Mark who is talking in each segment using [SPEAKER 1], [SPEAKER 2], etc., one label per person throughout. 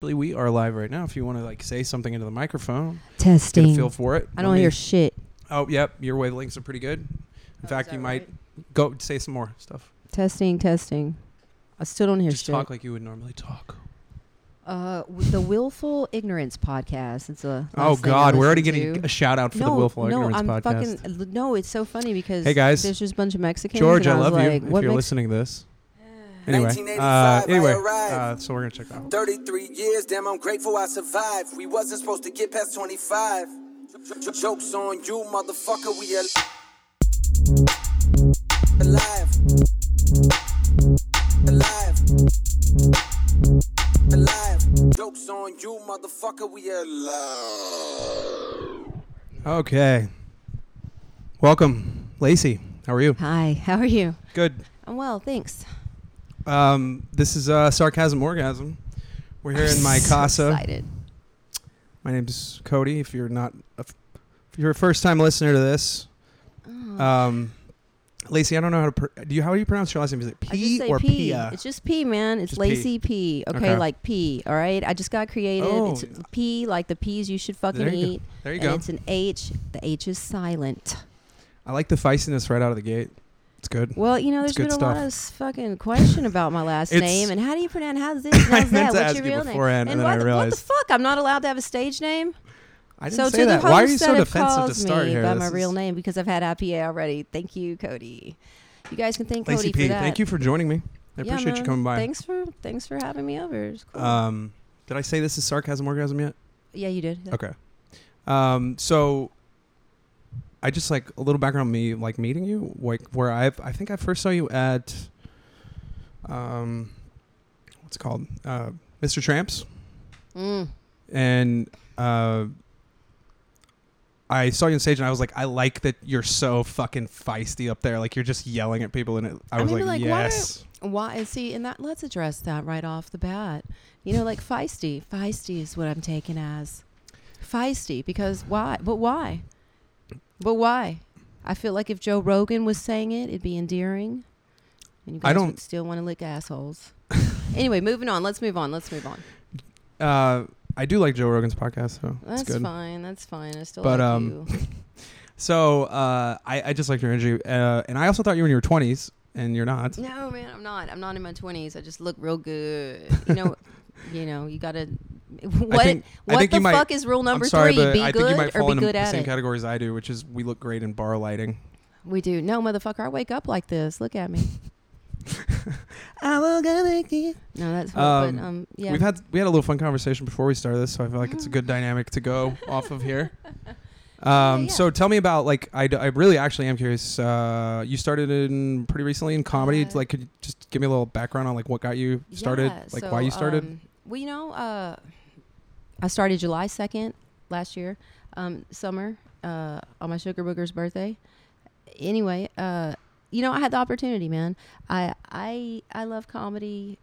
[SPEAKER 1] Actually, we are live right now. If you want to like say something into the microphone, get
[SPEAKER 2] Testing.
[SPEAKER 1] a feel for it. Let
[SPEAKER 2] I don't
[SPEAKER 1] me-
[SPEAKER 2] hear shit.
[SPEAKER 1] Oh, yep. Your wavelengths are pretty good. In
[SPEAKER 3] Oh,
[SPEAKER 1] fact, you might go say some more stuff.
[SPEAKER 2] Testing, testing. I still don't hear
[SPEAKER 1] Just
[SPEAKER 2] shit.
[SPEAKER 1] talk like you would normally talk.
[SPEAKER 2] Uh, w- the Willful Ignorance podcast. It's a.
[SPEAKER 1] Oh
[SPEAKER 2] last thing I
[SPEAKER 1] God, we're already
[SPEAKER 2] listen
[SPEAKER 1] getting
[SPEAKER 2] to.
[SPEAKER 1] a shout out for
[SPEAKER 2] no,
[SPEAKER 1] the Willful
[SPEAKER 2] no,
[SPEAKER 1] Ignorance
[SPEAKER 2] I'm
[SPEAKER 1] podcast.
[SPEAKER 2] Fucking, l- no, it's so funny because
[SPEAKER 1] Hey, guys.
[SPEAKER 2] there's just a bunch of Mexicans.
[SPEAKER 1] George, I
[SPEAKER 2] and was
[SPEAKER 1] love
[SPEAKER 2] like,
[SPEAKER 1] you.
[SPEAKER 2] What
[SPEAKER 1] If you're
[SPEAKER 2] Mex-
[SPEAKER 1] listening to this, anyway. Uh,
[SPEAKER 3] 1985, I
[SPEAKER 1] anyway, uh,
[SPEAKER 3] arrived.
[SPEAKER 1] so we're gonna check that. out.
[SPEAKER 3] 33 years, damn, I'm grateful I survived. We wasn't supposed to get past 25. J- Joke's on you, motherfucker, we al- alive. Alive. Alive. Joke's on you, motherfucker, we alive.
[SPEAKER 1] Okay. Welcome, Lacey. How are you?
[SPEAKER 2] Hi, how are you?
[SPEAKER 1] Good.
[SPEAKER 2] I'm well, thanks.
[SPEAKER 1] Um, this is uh, sarcasm orgasm. We're here in my
[SPEAKER 2] So
[SPEAKER 1] casa.
[SPEAKER 2] excited.
[SPEAKER 1] My name's Cody. If you're not, a f- if you're a first-time listener to this,
[SPEAKER 2] Mm.
[SPEAKER 1] um, Lacey, I don't know how to. Pr- do you? How do you pronounce your last name? Is it
[SPEAKER 2] I just
[SPEAKER 1] P uh,
[SPEAKER 2] say
[SPEAKER 1] or
[SPEAKER 2] P.
[SPEAKER 1] Pia?
[SPEAKER 2] It's just P, man. It's
[SPEAKER 1] Just P.
[SPEAKER 2] Lacey P. Okay,
[SPEAKER 1] Okay.
[SPEAKER 2] like P. All right. I just got creative.
[SPEAKER 1] Oh.
[SPEAKER 2] It's P, like the peas you should fucking
[SPEAKER 1] There you go.
[SPEAKER 2] eat.
[SPEAKER 1] There you
[SPEAKER 2] and
[SPEAKER 1] go.
[SPEAKER 2] It's an H. The H is silent.
[SPEAKER 1] I like the feistiness right out of the gate. It's good.
[SPEAKER 2] Well, you know,
[SPEAKER 1] It's
[SPEAKER 2] there's been a
[SPEAKER 1] good
[SPEAKER 2] lot
[SPEAKER 1] stuff.
[SPEAKER 2] of s- fucking question about my last
[SPEAKER 1] It's-
[SPEAKER 2] name and how do you pronounce how's this? and How's that?
[SPEAKER 1] meant to
[SPEAKER 2] What's
[SPEAKER 1] ask
[SPEAKER 2] your
[SPEAKER 1] you
[SPEAKER 2] real
[SPEAKER 1] beforehand,
[SPEAKER 2] name?
[SPEAKER 1] and then
[SPEAKER 2] why
[SPEAKER 1] I
[SPEAKER 2] the-
[SPEAKER 1] realized-
[SPEAKER 2] what the fuck? I'm not allowed to have a stage name.
[SPEAKER 1] I didn't
[SPEAKER 2] so
[SPEAKER 1] say
[SPEAKER 2] to
[SPEAKER 1] that.
[SPEAKER 2] the host
[SPEAKER 1] Why are you so
[SPEAKER 2] that have
[SPEAKER 1] defensive to
[SPEAKER 2] calls
[SPEAKER 1] start
[SPEAKER 2] me
[SPEAKER 1] here?
[SPEAKER 2] by
[SPEAKER 1] This
[SPEAKER 2] my real
[SPEAKER 1] is-
[SPEAKER 2] name because I've had IPA already. Thank you, Cody. You guys can thank
[SPEAKER 1] Lacey
[SPEAKER 2] Cody
[SPEAKER 1] P.
[SPEAKER 2] for that.
[SPEAKER 1] Thank you for joining me. I
[SPEAKER 2] Yeah,
[SPEAKER 1] appreciate you
[SPEAKER 2] man.
[SPEAKER 1] coming by.
[SPEAKER 2] Thanks for thanks for having me over. It's cool.
[SPEAKER 1] Um, did I say this is sarcasm orgasm yet?
[SPEAKER 2] yeah, you did.
[SPEAKER 1] Okay. Um, so I just like a little background on me like meeting you, like where I I think I first saw you at um what's it called? Uh Mr. Tramps
[SPEAKER 2] Mm.
[SPEAKER 1] and uh I saw you on stage and I was like, I like that you're so fucking feisty up there. Like you're just yelling at people, and it, I
[SPEAKER 2] I
[SPEAKER 1] was
[SPEAKER 2] mean,
[SPEAKER 1] like,
[SPEAKER 2] like, why
[SPEAKER 1] yes,
[SPEAKER 2] Why and see, and that let's address that right off the bat. You know, like feisty. Feisty is what I'm taken as. Feisty, because why? But why? But why? I feel like if Joe Rogan was saying it, it'd be endearing. And you guys
[SPEAKER 1] I don't-
[SPEAKER 2] would still want to lick assholes. anyway, moving on. Let's move on. Let's move on.
[SPEAKER 1] uh, I do like Joe Rogan's podcast, so
[SPEAKER 2] That's
[SPEAKER 1] it's good.
[SPEAKER 2] fine. That's fine. I still
[SPEAKER 1] But,
[SPEAKER 2] like
[SPEAKER 1] um,
[SPEAKER 2] you.
[SPEAKER 1] So uh, I, I just liked your energy, uh, and I also thought you were in your twenties, and you're not.
[SPEAKER 2] No, man, I'm not. I'm not in my 20s. I just look real good. You know, you know, you gotta. What?
[SPEAKER 1] think- I
[SPEAKER 2] what
[SPEAKER 1] think
[SPEAKER 2] the
[SPEAKER 1] you might-
[SPEAKER 2] fuck is rule number
[SPEAKER 1] I'm sorry,
[SPEAKER 2] three?
[SPEAKER 1] but
[SPEAKER 2] Be
[SPEAKER 1] I
[SPEAKER 2] good
[SPEAKER 1] think you might fall
[SPEAKER 2] or be
[SPEAKER 1] into
[SPEAKER 2] good
[SPEAKER 1] the
[SPEAKER 2] at
[SPEAKER 1] same
[SPEAKER 2] it.
[SPEAKER 1] category as I do, which is we look great in bar lighting.
[SPEAKER 2] We do. No, motherfucker, I wake up like this. Look at me.
[SPEAKER 1] I will go make it.
[SPEAKER 2] No, that's.
[SPEAKER 1] Um,
[SPEAKER 2] Um, but, um yeah.
[SPEAKER 1] We've had we had a little fun conversation before we started this, so I feel like it's a good dynamic to go off of here. Um,
[SPEAKER 2] Yeah, yeah.
[SPEAKER 1] So tell me about like I, d- I really actually am curious. Uh, you started in pretty recently in comedy.
[SPEAKER 2] Uh,
[SPEAKER 1] like, could you just give me a little background on like what got you started,
[SPEAKER 2] Yeah,
[SPEAKER 1] like
[SPEAKER 2] so,
[SPEAKER 1] why you started?
[SPEAKER 2] Um, well, you know, uh, I started July 2nd last year, um, summer, uh, on my Sugar Booger's birthday. Anyway, uh, you know, I had the opportunity, man. I I I love comedy.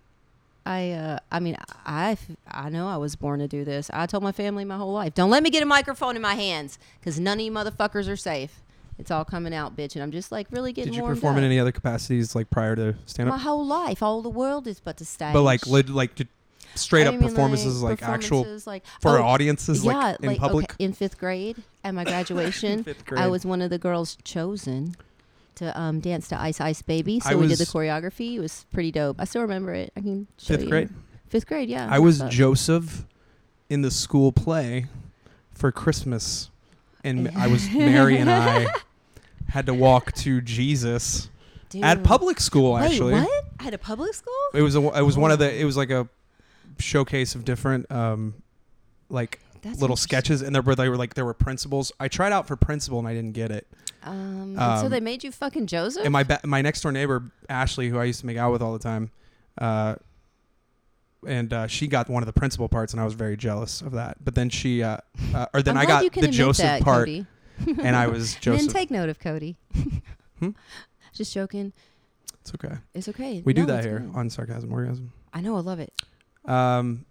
[SPEAKER 2] I uh, I mean, I f- I know I was born to do this. I told my family my whole life, don't let me get a microphone in my hands, cause none of you motherfuckers are safe. It's all coming out, bitch, and I'm just like really getting.
[SPEAKER 1] Did you
[SPEAKER 2] warmed
[SPEAKER 1] perform in
[SPEAKER 2] up.
[SPEAKER 1] any other capacities like prior to stand
[SPEAKER 2] My
[SPEAKER 1] up?
[SPEAKER 2] whole life, all the world is but the stage.
[SPEAKER 1] But like, lit like j- straight
[SPEAKER 2] I
[SPEAKER 1] up
[SPEAKER 2] mean,
[SPEAKER 1] performances, like, actual
[SPEAKER 2] performances, like-
[SPEAKER 1] for
[SPEAKER 2] oh,
[SPEAKER 1] audiences,
[SPEAKER 2] yeah,
[SPEAKER 1] like in public.
[SPEAKER 2] okay, in fifth grade at my graduation,
[SPEAKER 1] Fifth
[SPEAKER 2] I
[SPEAKER 1] grade.
[SPEAKER 2] was one of the girls chosen to um, dance to Ice Ice Baby.
[SPEAKER 1] I
[SPEAKER 2] So we did the
[SPEAKER 1] was-
[SPEAKER 2] choreography. It was pretty dope. I still remember it. I can show
[SPEAKER 1] Fifth
[SPEAKER 2] you.
[SPEAKER 1] grade.
[SPEAKER 2] Fifth grade, yeah.
[SPEAKER 1] I was
[SPEAKER 2] But-
[SPEAKER 1] Joseph in the school play for Christmas, and I was Mary and I had to walk to Jesus at
[SPEAKER 2] Dude.
[SPEAKER 1] public school.
[SPEAKER 2] Wait,
[SPEAKER 1] Actually,
[SPEAKER 2] what? Oh. At a public school?
[SPEAKER 1] it was a, it was one of the it was like a showcase of different um like
[SPEAKER 2] That's
[SPEAKER 1] little
[SPEAKER 2] interesting.
[SPEAKER 1] sketches, and there were they were like there were principals. I tried out for principal and I didn't get it.
[SPEAKER 2] Um, and
[SPEAKER 1] Um,
[SPEAKER 2] so they made you fucking Joseph.
[SPEAKER 1] And my ba- my next door neighbor Ashley, who I used to make out with all the time, uh, and uh, she got one of the principal parts, and I was very jealous of that. But then she, uh, uh, or then
[SPEAKER 2] I'm
[SPEAKER 1] I
[SPEAKER 2] glad
[SPEAKER 1] got
[SPEAKER 2] you can
[SPEAKER 1] the
[SPEAKER 2] admit
[SPEAKER 1] Joseph
[SPEAKER 2] that,
[SPEAKER 1] part,
[SPEAKER 2] Cody.
[SPEAKER 1] and I was Joseph.
[SPEAKER 2] Then take note of Cody.
[SPEAKER 1] Hmm?
[SPEAKER 2] Just joking.
[SPEAKER 1] it's okay.
[SPEAKER 2] It's okay.
[SPEAKER 1] We do
[SPEAKER 2] No,
[SPEAKER 1] that
[SPEAKER 2] it's
[SPEAKER 1] here
[SPEAKER 2] good.
[SPEAKER 1] on sarcasm orgasm.
[SPEAKER 2] I know. I love it.
[SPEAKER 1] Um,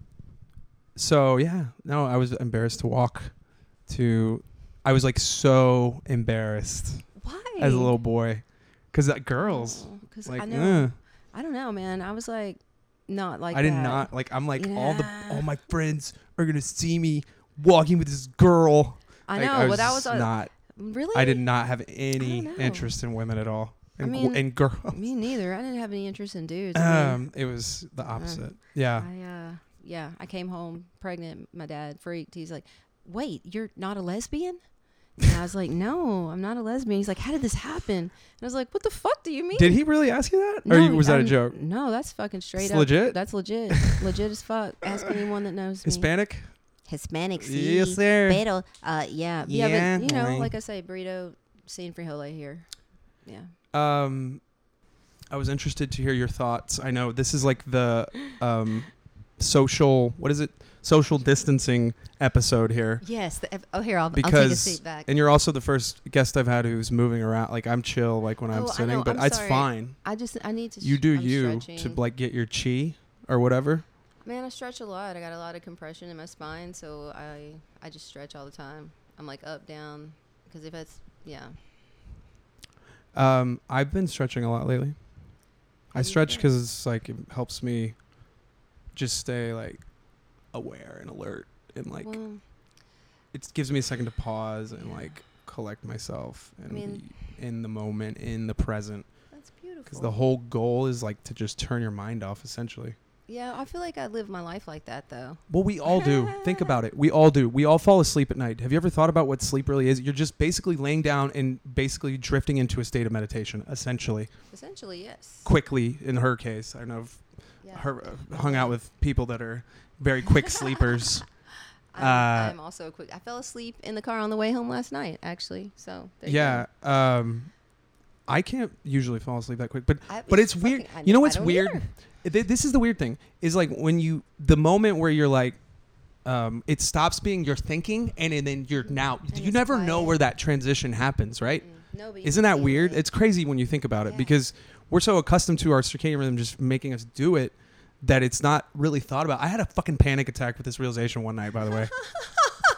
[SPEAKER 1] so yeah, no, I was embarrassed to walk to. I was like so embarrassed
[SPEAKER 2] Why?
[SPEAKER 1] as a little boy, because that uh, girls
[SPEAKER 2] Oh, 'cause
[SPEAKER 1] like
[SPEAKER 2] I know.
[SPEAKER 1] ugh.
[SPEAKER 2] I don't know, man. I was like, not like
[SPEAKER 1] I did
[SPEAKER 2] that.
[SPEAKER 1] not like. I'm like all the
[SPEAKER 2] Yeah.
[SPEAKER 1] all my friends are gonna see me walking with this girl.
[SPEAKER 2] I
[SPEAKER 1] Like,
[SPEAKER 2] know,
[SPEAKER 1] I
[SPEAKER 2] but that
[SPEAKER 1] was
[SPEAKER 2] was a-
[SPEAKER 1] not.
[SPEAKER 2] really.
[SPEAKER 1] I did not have any
[SPEAKER 2] know.
[SPEAKER 1] interest in women at all, and, w-
[SPEAKER 2] mean,
[SPEAKER 1] and girls.
[SPEAKER 2] Me neither. I didn't have any interest in dudes. I mean,
[SPEAKER 1] Um, it was the opposite. yeah,
[SPEAKER 2] Uh, I uh, yeah, I came home pregnant. My dad freaked. He's like, "Wait, you're not a lesbian?" And I was like, "No, I'm not a lesbian." He's like, "How did this happen?" And I was like, "What the fuck do you mean?"
[SPEAKER 1] did he really ask you that, or you- was that a
[SPEAKER 2] I'm-
[SPEAKER 1] joke?
[SPEAKER 2] No, that's fucking straight
[SPEAKER 1] It's
[SPEAKER 2] up.
[SPEAKER 1] legit?
[SPEAKER 2] That's legit. legit as fuck. Ask anyone that knows me.
[SPEAKER 1] Hispanic?
[SPEAKER 2] Hispanic.
[SPEAKER 1] Yes,
[SPEAKER 2] see?
[SPEAKER 1] sir.
[SPEAKER 2] Pero, uh, yeah, yeah,
[SPEAKER 1] Yeah,
[SPEAKER 2] but you know,
[SPEAKER 1] boy.
[SPEAKER 2] like I say, burrito, seen frijoles here. Yeah.
[SPEAKER 1] Um, I was interested to hear your thoughts. I know this is like the um, social. What is it? Social distancing episode here.
[SPEAKER 2] Yes. The, oh, here I'll,
[SPEAKER 1] Because
[SPEAKER 2] I'll take a seat back.
[SPEAKER 1] And you're also the first guest I've had who's moving around. Like I'm chill, like when I'm
[SPEAKER 2] Oh, I
[SPEAKER 1] sitting,
[SPEAKER 2] know,
[SPEAKER 1] but
[SPEAKER 2] I'm
[SPEAKER 1] it's
[SPEAKER 2] sorry.
[SPEAKER 1] fine.
[SPEAKER 2] I just I need to.
[SPEAKER 1] You
[SPEAKER 2] sh-
[SPEAKER 1] do
[SPEAKER 2] I'm
[SPEAKER 1] you
[SPEAKER 2] stretching.
[SPEAKER 1] to like get your chi or whatever.
[SPEAKER 2] Man, I stretch a lot. I got a lot of compression in my spine, so I I just stretch all the time. I'm like up down because if it's yeah.
[SPEAKER 1] Um, I've been stretching a lot lately. I
[SPEAKER 2] Have you
[SPEAKER 1] stretch
[SPEAKER 2] been?
[SPEAKER 1] because it's like it helps me just stay like aware and alert and like
[SPEAKER 2] well,
[SPEAKER 1] it gives me a second to pause and
[SPEAKER 2] Yeah.
[SPEAKER 1] like collect myself and
[SPEAKER 2] mean-
[SPEAKER 1] be in the moment, in the present.
[SPEAKER 2] that's beautiful.
[SPEAKER 1] Because the whole goal is like to just turn your mind off, essentially.
[SPEAKER 2] yeah, I feel like I live my life like that though.
[SPEAKER 1] Well, we all do. Think about it. We all do. We all fall asleep at night. Have you ever thought about what sleep really is? You're just basically laying down and basically drifting into a state of meditation, essentially.
[SPEAKER 2] Essentially, yes.
[SPEAKER 1] Quickly, in her case, I don't know if
[SPEAKER 2] Yeah.
[SPEAKER 1] her uh, hung out with people that are very quick sleepers.
[SPEAKER 2] I'm,
[SPEAKER 1] uh,
[SPEAKER 2] I'm also quick. I fell asleep in the car on the way home last night, actually. So there you
[SPEAKER 1] yeah.
[SPEAKER 2] go.
[SPEAKER 1] Um, I can't usually fall asleep that quick, but
[SPEAKER 2] I
[SPEAKER 1] but
[SPEAKER 2] was
[SPEAKER 1] it's weird.
[SPEAKER 2] fucking- I-
[SPEAKER 1] You know
[SPEAKER 2] I
[SPEAKER 1] what's
[SPEAKER 2] don't
[SPEAKER 1] weird?
[SPEAKER 2] either.
[SPEAKER 1] Th- This is the weird thing is like when you the moment where you're like, um, it stops being your thinking and, and then you're now.
[SPEAKER 2] Mm. And
[SPEAKER 1] you
[SPEAKER 2] it's
[SPEAKER 1] never know
[SPEAKER 2] quiet.
[SPEAKER 1] where that transition happens, right?
[SPEAKER 2] Mm, no, but you
[SPEAKER 1] Isn't
[SPEAKER 2] can
[SPEAKER 1] that
[SPEAKER 2] feel
[SPEAKER 1] weird?
[SPEAKER 2] it.
[SPEAKER 1] It's crazy when you think about it
[SPEAKER 2] Yeah.
[SPEAKER 1] because we're so accustomed to our circadian rhythm just making us do it that it's not really thought about. I had a fucking panic attack with this realization one night, by the way.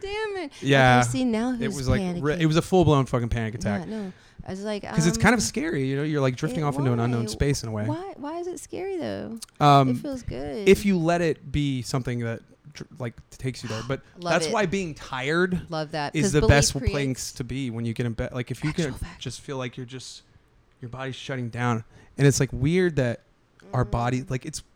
[SPEAKER 2] Damn it. Okay,
[SPEAKER 1] Yeah.
[SPEAKER 2] see now who's
[SPEAKER 1] it was like re-
[SPEAKER 2] panicking.
[SPEAKER 1] it was a full blown fucking panic attack.
[SPEAKER 2] Yeah, no, I was like
[SPEAKER 1] because it's kind of
[SPEAKER 2] um,
[SPEAKER 1] scary. You know, you're like drifting
[SPEAKER 2] it-
[SPEAKER 1] off into an unknown
[SPEAKER 2] why?
[SPEAKER 1] space in a way.
[SPEAKER 2] Why? Why is it scary though? it
[SPEAKER 1] Um,
[SPEAKER 2] feels good.
[SPEAKER 1] if you let it be something that dr- like takes you there, but
[SPEAKER 2] Love
[SPEAKER 1] that's
[SPEAKER 2] it.
[SPEAKER 1] why being tired
[SPEAKER 2] love that,
[SPEAKER 1] is
[SPEAKER 2] 'cause
[SPEAKER 1] the
[SPEAKER 2] belief
[SPEAKER 1] best place
[SPEAKER 2] creates-
[SPEAKER 1] to be when you get in bed. Like if you can
[SPEAKER 2] Actual fact.
[SPEAKER 1] just feel like you're just your body's shutting down, and it's like weird that our body like it's
[SPEAKER 2] Mm-hmm.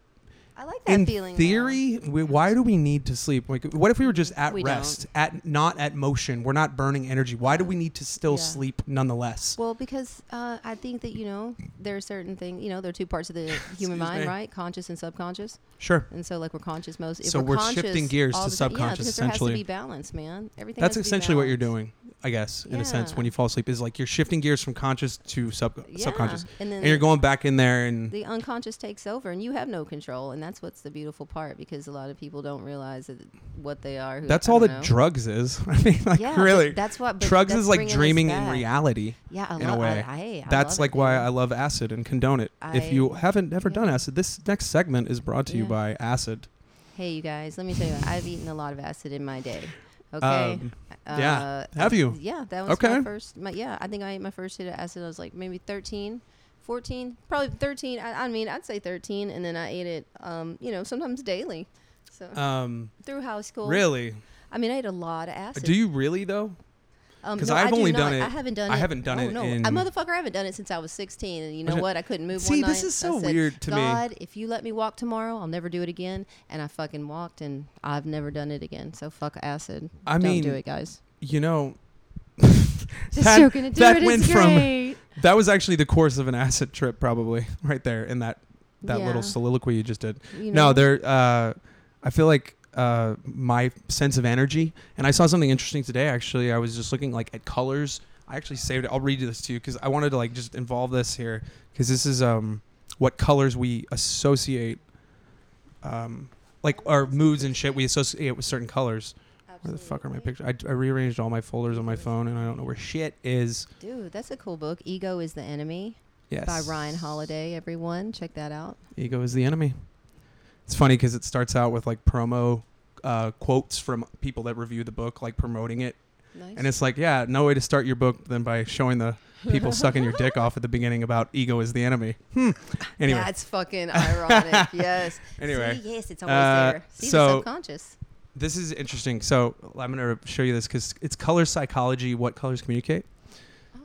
[SPEAKER 2] I like that
[SPEAKER 1] in
[SPEAKER 2] feeling. though.
[SPEAKER 1] theory we, why do we need to sleep like what if we were just at
[SPEAKER 2] We
[SPEAKER 1] rest at not at motion we're not burning energy why do we need to still
[SPEAKER 2] Yeah.
[SPEAKER 1] sleep nonetheless
[SPEAKER 2] Well, because uh, I think that you know there are certain things. You know, there are two parts of the human
[SPEAKER 1] Excuse
[SPEAKER 2] mind,
[SPEAKER 1] me.
[SPEAKER 2] right? Conscious and subconscious.
[SPEAKER 1] sure
[SPEAKER 2] And so, like, we're conscious most. If
[SPEAKER 1] So
[SPEAKER 2] we're,
[SPEAKER 1] we're shifting
[SPEAKER 2] conscious
[SPEAKER 1] gears
[SPEAKER 2] all
[SPEAKER 1] to
[SPEAKER 2] the time- Yeah,
[SPEAKER 1] subconscious,
[SPEAKER 2] because there has to
[SPEAKER 1] essentially.
[SPEAKER 2] be balance, man. Everything.
[SPEAKER 1] That's
[SPEAKER 2] has to be
[SPEAKER 1] essentially what you're
[SPEAKER 2] balanced.
[SPEAKER 1] doing, I guess, in a sense,
[SPEAKER 2] Yeah.
[SPEAKER 1] when you fall asleep, is like you're shifting gears from conscious to sub-
[SPEAKER 2] Yeah.
[SPEAKER 1] subconscious,
[SPEAKER 2] and then
[SPEAKER 1] and you're going back in there and
[SPEAKER 2] the unconscious takes over, and you have no control. And that's what's the beautiful part, because a lot of people don't realize that what they are. Who,
[SPEAKER 1] that's
[SPEAKER 2] I
[SPEAKER 1] all
[SPEAKER 2] don't
[SPEAKER 1] that
[SPEAKER 2] know.
[SPEAKER 1] drugs is. I mean, like
[SPEAKER 2] Yeah, but
[SPEAKER 1] really,
[SPEAKER 2] That's what. but
[SPEAKER 1] drugs
[SPEAKER 2] that's
[SPEAKER 1] is like
[SPEAKER 2] bringing us
[SPEAKER 1] dreaming in
[SPEAKER 2] back.
[SPEAKER 1] reality.
[SPEAKER 2] Yeah, I
[SPEAKER 1] in a
[SPEAKER 2] love.
[SPEAKER 1] way.
[SPEAKER 2] I, I, I
[SPEAKER 1] That's
[SPEAKER 2] love
[SPEAKER 1] like
[SPEAKER 2] it,
[SPEAKER 1] why
[SPEAKER 2] dude.
[SPEAKER 1] I love acid and condone it.
[SPEAKER 2] I-
[SPEAKER 1] if you haven't ever done
[SPEAKER 2] yeah.
[SPEAKER 1] acid, this next segment is brought to you
[SPEAKER 2] Yeah.
[SPEAKER 1] by acid.
[SPEAKER 2] Hey, you guys, let me tell you, I've eaten a lot of acid in my day. Okay.
[SPEAKER 1] Um,
[SPEAKER 2] uh,
[SPEAKER 1] yeah. Have you?
[SPEAKER 2] Yeah, that was
[SPEAKER 1] Okay.
[SPEAKER 2] my first. My, yeah, I think I ate my first hit of acid. I was like maybe 13, 14, probably 13. I, I mean, I'd say 13. And then I ate it, um, you know, sometimes daily. So
[SPEAKER 1] Um,
[SPEAKER 2] through high school.
[SPEAKER 1] really?
[SPEAKER 2] I mean, I ate a lot of acid.
[SPEAKER 1] Do you really though?
[SPEAKER 2] Um,
[SPEAKER 1] 'cause
[SPEAKER 2] no,
[SPEAKER 1] I've
[SPEAKER 2] I do
[SPEAKER 1] only
[SPEAKER 2] not.
[SPEAKER 1] done it-
[SPEAKER 2] I haven't done
[SPEAKER 1] I
[SPEAKER 2] it.
[SPEAKER 1] haven't done
[SPEAKER 2] oh,
[SPEAKER 1] it
[SPEAKER 2] No,
[SPEAKER 1] in-
[SPEAKER 2] I motherfucker, I haven't done it since I was 16. And you know
[SPEAKER 1] Okay.
[SPEAKER 2] what? I couldn't move
[SPEAKER 1] See,
[SPEAKER 2] one
[SPEAKER 1] this
[SPEAKER 2] night.
[SPEAKER 1] is so
[SPEAKER 2] I said,
[SPEAKER 1] weird to me.
[SPEAKER 2] God, if you let me walk tomorrow, I'll never do it again. And I fucking walked, and I've never done it again. So fuck acid.
[SPEAKER 1] I
[SPEAKER 2] Don't
[SPEAKER 1] mean,
[SPEAKER 2] do it, guys.
[SPEAKER 1] You know,
[SPEAKER 2] Just
[SPEAKER 1] that-
[SPEAKER 2] joking. Do
[SPEAKER 1] that
[SPEAKER 2] it.
[SPEAKER 1] went
[SPEAKER 2] it's
[SPEAKER 1] from-
[SPEAKER 2] great.
[SPEAKER 1] that was actually the course of an acid trip, probably right there in that that
[SPEAKER 2] Yeah.
[SPEAKER 1] little soliloquy you just did.
[SPEAKER 2] You
[SPEAKER 1] No,
[SPEAKER 2] know?
[SPEAKER 1] there. Uh, I feel like uh, my sense of energy, and I saw something interesting today. Actually, I was just looking like at colors. I actually saved it. I'll read this to you because I wanted to like just involve this here because this is um what colors we associate, um like our moods and shit we associate with certain colors. Where the fuck are my
[SPEAKER 2] Absolutely.
[SPEAKER 1] pictures? I, I rearranged all my folders on my phone and I don't know where shit is.
[SPEAKER 2] Dude, that's a cool book. Ego is the Enemy
[SPEAKER 1] Yes.
[SPEAKER 2] by Ryan Holiday. Everyone, check that out.
[SPEAKER 1] Ego is the enemy. It's funny because it starts out with like promo uh, quotes from people that review the book, like promoting it,
[SPEAKER 2] Nice.
[SPEAKER 1] and it's like, yeah, no way to start your book than by showing the people sucking your dick off at the beginning about ego is the enemy. Hmm. Anyway,
[SPEAKER 2] That's fucking ironic. yes.
[SPEAKER 1] Anyway,
[SPEAKER 2] See, yes, it's always
[SPEAKER 1] uh,
[SPEAKER 2] there. See, the
[SPEAKER 1] so-
[SPEAKER 2] subconscious.
[SPEAKER 1] this is interesting. So I'm going to show you this because it's color psychology, what colors communicate.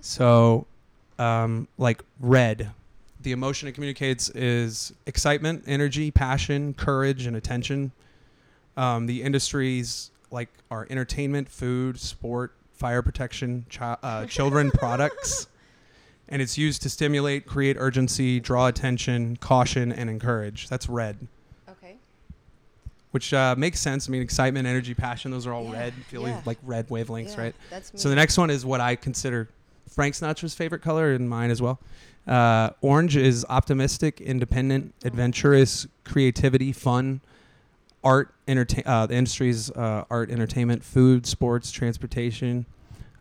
[SPEAKER 1] So, um, like red, the emotion it communicates is excitement, energy, passion, courage, and attention. Um, the industries like are entertainment, food, sport, fire protection, chi- uh, children products. And it's used to stimulate, create urgency, draw attention, caution, and encourage. That's red
[SPEAKER 2] Okay.
[SPEAKER 1] which uh, makes sense. I mean, excitement, energy, passion, those are all
[SPEAKER 2] Yeah,
[SPEAKER 1] red, feel
[SPEAKER 2] yeah.
[SPEAKER 1] like red wavelengths,
[SPEAKER 2] Yeah,
[SPEAKER 1] right?
[SPEAKER 2] That's me.
[SPEAKER 1] So the next one is what I consider Frank Sinatra's favorite color and mine as well. Uh, orange is optimistic, independent, adventurous, creativity, fun, art, entertain. Uh, the industries uh, art, entertainment, food, sports, transportation.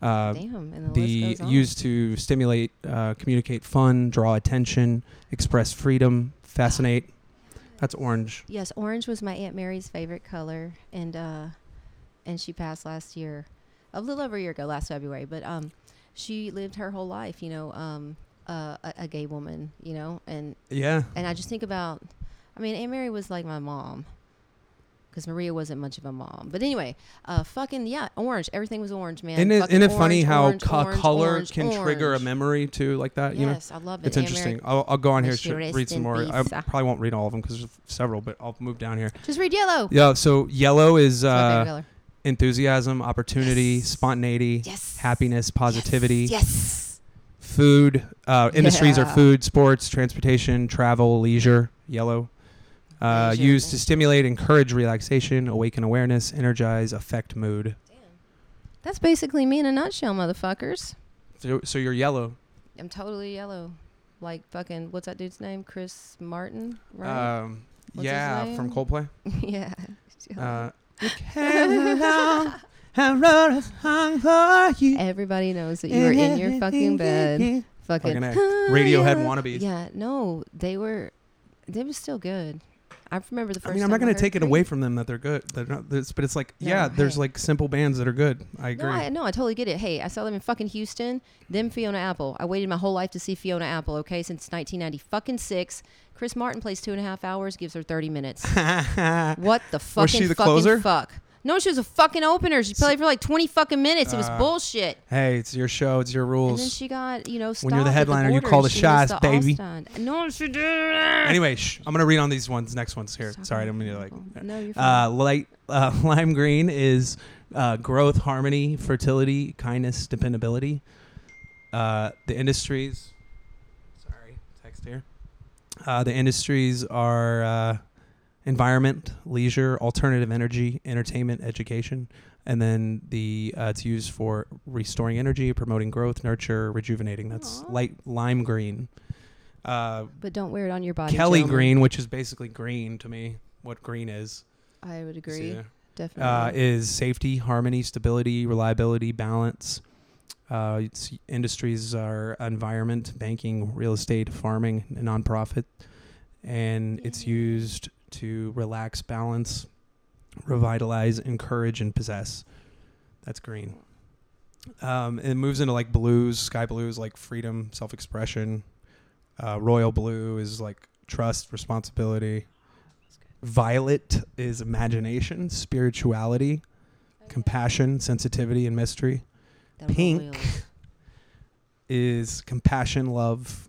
[SPEAKER 1] Uh,
[SPEAKER 2] Damn, and the,
[SPEAKER 1] the
[SPEAKER 2] list goes on.
[SPEAKER 1] used to stimulate, uh, communicate fun, draw attention, express freedom, fascinate. That's orange.
[SPEAKER 2] Yes, orange was my aunt Mary's favorite color, and uh, and she passed last year, a little over a year ago, last February. But um, she lived her whole life, you know, um, uh, a, a gay woman, you know, and
[SPEAKER 1] Yeah.
[SPEAKER 2] and I just think about, I mean, Aunt Mary was like my mom, because Maria wasn't much of a mom. But anyway, uh, fucking yeah, orange. Everything was orange, man.
[SPEAKER 1] Isn't it,
[SPEAKER 2] Fucking
[SPEAKER 1] isn't it funny
[SPEAKER 2] orange,
[SPEAKER 1] how
[SPEAKER 2] orange,
[SPEAKER 1] co-
[SPEAKER 2] orange,
[SPEAKER 1] color
[SPEAKER 2] orange,
[SPEAKER 1] can trigger a
[SPEAKER 2] orange.
[SPEAKER 1] memory too, like that? You know,
[SPEAKER 2] Yes, I love it.
[SPEAKER 1] it's
[SPEAKER 2] Aunt Mary-
[SPEAKER 1] interesting. I'll, I'll go on
[SPEAKER 2] May
[SPEAKER 1] here
[SPEAKER 2] she
[SPEAKER 1] and
[SPEAKER 2] rest
[SPEAKER 1] read some
[SPEAKER 2] in
[SPEAKER 1] more. I
[SPEAKER 2] peace.
[SPEAKER 1] probably won't read all of them because there's several, but I'll move down here.
[SPEAKER 2] Just read yellow.
[SPEAKER 1] Yeah. So yellow is
[SPEAKER 2] It's my favorite
[SPEAKER 1] uh,
[SPEAKER 2] color.
[SPEAKER 1] enthusiasm, opportunity,
[SPEAKER 2] Yes.
[SPEAKER 1] spontaneity,
[SPEAKER 2] Yes.
[SPEAKER 1] happiness, positivity,
[SPEAKER 2] Yes.
[SPEAKER 1] food. Uh, industries are
[SPEAKER 2] Yeah.
[SPEAKER 1] food, sports, transportation, travel, leisure. Yellow. Uh,
[SPEAKER 2] Leisure,
[SPEAKER 1] used to
[SPEAKER 2] nice.
[SPEAKER 1] stimulate, encourage relaxation, awaken awareness, energize, affect mood.
[SPEAKER 2] That's basically me in a nutshell, motherfuckers.
[SPEAKER 1] So, so you're yellow.
[SPEAKER 2] I'm totally yellow. Like fucking, what's that dude's name? Chris Martin, right?
[SPEAKER 1] Um,
[SPEAKER 2] What's his
[SPEAKER 1] yeah, from
[SPEAKER 2] name?
[SPEAKER 1] Coldplay.
[SPEAKER 2] yeah.
[SPEAKER 1] Uh, I wrote a song for you.
[SPEAKER 2] Everybody knows that you were in your fucking bed. Fucking,
[SPEAKER 1] Fucking A. Radiohead
[SPEAKER 2] Yeah.
[SPEAKER 1] wannabes.
[SPEAKER 2] Yeah, no, they were, they were still good. I remember the first.
[SPEAKER 1] I mean, I'm
[SPEAKER 2] time
[SPEAKER 1] not going
[SPEAKER 2] heard
[SPEAKER 1] to take it away
[SPEAKER 2] Creed.
[SPEAKER 1] from them that they're good. They're not, this, but it's like,
[SPEAKER 2] No,
[SPEAKER 1] yeah, there's
[SPEAKER 2] hey.
[SPEAKER 1] like simple bands that are good. I agree.
[SPEAKER 2] No, I no, I totally get it. Hey, I saw them in fucking Houston. Them Fiona Apple. I waited my whole life to see Fiona Apple. Okay, since 1990 fucking six. Chris Martin plays two and a half hours, gives her 30 minutes. What the fucking
[SPEAKER 1] she the
[SPEAKER 2] fucking
[SPEAKER 1] closer?
[SPEAKER 2] fuck? No, she was a fucking opener. She played for like twenty fucking minutes. It was
[SPEAKER 1] Uh,
[SPEAKER 2] bullshit.
[SPEAKER 1] hey, it's your show. It's your
[SPEAKER 2] And then
[SPEAKER 1] rules.
[SPEAKER 2] she got you know stopped
[SPEAKER 1] When you're the
[SPEAKER 2] at
[SPEAKER 1] headliner, you
[SPEAKER 2] border
[SPEAKER 1] call
[SPEAKER 2] and
[SPEAKER 1] the
[SPEAKER 2] she was
[SPEAKER 1] shots,
[SPEAKER 2] the
[SPEAKER 1] baby.
[SPEAKER 2] all-star. No, she didn't.
[SPEAKER 1] anyway, shh, I'm going to read on these ones. Next ones here.
[SPEAKER 2] Stop
[SPEAKER 1] Sorry, I
[SPEAKER 2] it.
[SPEAKER 1] didn't mean to like.
[SPEAKER 2] No, you're fine.
[SPEAKER 1] Uh, light uh, lime green is uh, growth, harmony, fertility, kindness, dependability. Uh, the industries. Sorry, text here. Uh, the industries are uh, environment, leisure, alternative energy, entertainment, education, and then the uh, it's used for restoring energy, promoting growth, nurture, rejuvenating. That's
[SPEAKER 2] Aw.
[SPEAKER 1] light lime green. Uh,
[SPEAKER 2] but don't wear it on your body.
[SPEAKER 1] Kelly
[SPEAKER 2] gentlemen.
[SPEAKER 1] green, which is basically green to me, what green is.
[SPEAKER 2] I would
[SPEAKER 1] See
[SPEAKER 2] agree.
[SPEAKER 1] there? uh,
[SPEAKER 2] Definitely.
[SPEAKER 1] is safety, harmony, stability, reliability, balance. Uh, it's industries are environment, banking, real estate, farming, and nonprofit, and it's used to relax, balance, revitalize, encourage, and possess. That's green. Um, and it moves into like blues, sky blues, like freedom, self-expression. Uh, royal blue is like trust, responsibility. Violet is imagination, spirituality, compassion, sensitivity, and mystery.
[SPEAKER 2] That was
[SPEAKER 1] pink.
[SPEAKER 2] oily.
[SPEAKER 1] Is compassion, love,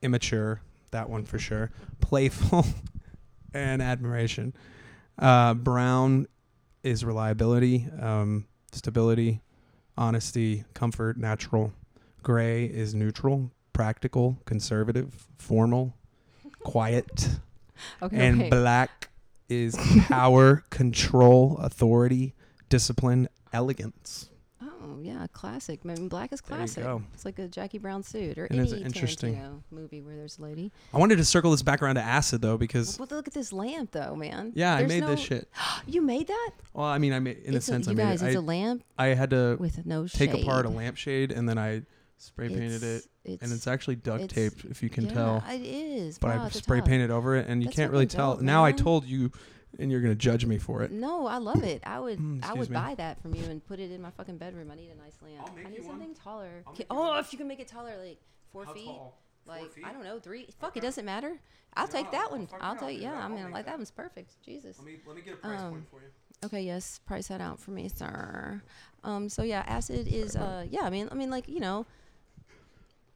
[SPEAKER 1] immature, that one for sure, playful, and admiration. Uh, brown is reliability, um, stability, honesty, comfort, natural. Gray is neutral, practical, conservative, formal, quiet.
[SPEAKER 2] Okay.
[SPEAKER 1] and
[SPEAKER 2] okay.
[SPEAKER 1] black is power, control, authority, discipline, elegance.
[SPEAKER 2] oh yeah, classic. I mean, black is
[SPEAKER 1] There you
[SPEAKER 2] classic.
[SPEAKER 1] go.
[SPEAKER 2] It's like a Jackie Brown suit or
[SPEAKER 1] And
[SPEAKER 2] any
[SPEAKER 1] it's interesting.
[SPEAKER 2] Tarantino movie where there's a lady.
[SPEAKER 1] I wanted to circle this back around to acid though, because
[SPEAKER 2] Well, look at this lamp though, man.
[SPEAKER 1] yeah,
[SPEAKER 2] There's
[SPEAKER 1] I made this
[SPEAKER 2] no-
[SPEAKER 1] shit.
[SPEAKER 2] You made that?
[SPEAKER 1] Well, I mean, I made in
[SPEAKER 2] It's
[SPEAKER 1] a sense, I
[SPEAKER 2] you
[SPEAKER 1] made
[SPEAKER 2] guys,
[SPEAKER 1] it.
[SPEAKER 2] it's a
[SPEAKER 1] I,
[SPEAKER 2] lamp
[SPEAKER 1] I had to
[SPEAKER 2] with no
[SPEAKER 1] take apart a
[SPEAKER 2] shade.
[SPEAKER 1] lampshade and then I spray painted it, and it's actually duct
[SPEAKER 2] it's-
[SPEAKER 1] taped, if you can
[SPEAKER 2] yeah,
[SPEAKER 1] tell.
[SPEAKER 2] It is.
[SPEAKER 1] But
[SPEAKER 2] wow,
[SPEAKER 1] I
[SPEAKER 2] it's a
[SPEAKER 1] spray
[SPEAKER 2] towel.
[SPEAKER 1] painted over it, and you
[SPEAKER 2] That's
[SPEAKER 1] can't really
[SPEAKER 2] fucking
[SPEAKER 1] tell.
[SPEAKER 2] dope,
[SPEAKER 1] now I
[SPEAKER 2] man.
[SPEAKER 1] told you and you're gonna judge me for it.
[SPEAKER 2] No, I love it. I would
[SPEAKER 1] Mm,
[SPEAKER 2] I
[SPEAKER 1] excuse
[SPEAKER 2] would
[SPEAKER 1] me.
[SPEAKER 2] buy that from you and put it in my fucking bedroom. I need a nice lamp.
[SPEAKER 1] I'll make
[SPEAKER 2] I need
[SPEAKER 1] you one.
[SPEAKER 2] something taller.
[SPEAKER 1] I'll
[SPEAKER 2] Ca-
[SPEAKER 1] make you
[SPEAKER 2] oh,
[SPEAKER 1] one.
[SPEAKER 2] if you can make it taller, like four feet. Like I don't know, three. Fuck, it
[SPEAKER 1] Okay.
[SPEAKER 2] doesn't matter. I'll
[SPEAKER 1] No,
[SPEAKER 2] take that
[SPEAKER 1] I'll
[SPEAKER 2] one.
[SPEAKER 1] fuck
[SPEAKER 2] I'll
[SPEAKER 1] yeah,
[SPEAKER 2] take
[SPEAKER 1] I'll do
[SPEAKER 2] yeah.
[SPEAKER 1] that.
[SPEAKER 2] I
[SPEAKER 1] I'll
[SPEAKER 2] mean,
[SPEAKER 1] make
[SPEAKER 2] like
[SPEAKER 1] that.
[SPEAKER 2] that one's perfect. Jesus.
[SPEAKER 1] me let me get a
[SPEAKER 2] price point Um,
[SPEAKER 1] for you.
[SPEAKER 2] Okay, yes, price that out for me, sir. Um, so yeah, acid is uh, yeah. I mean, I mean, like you know,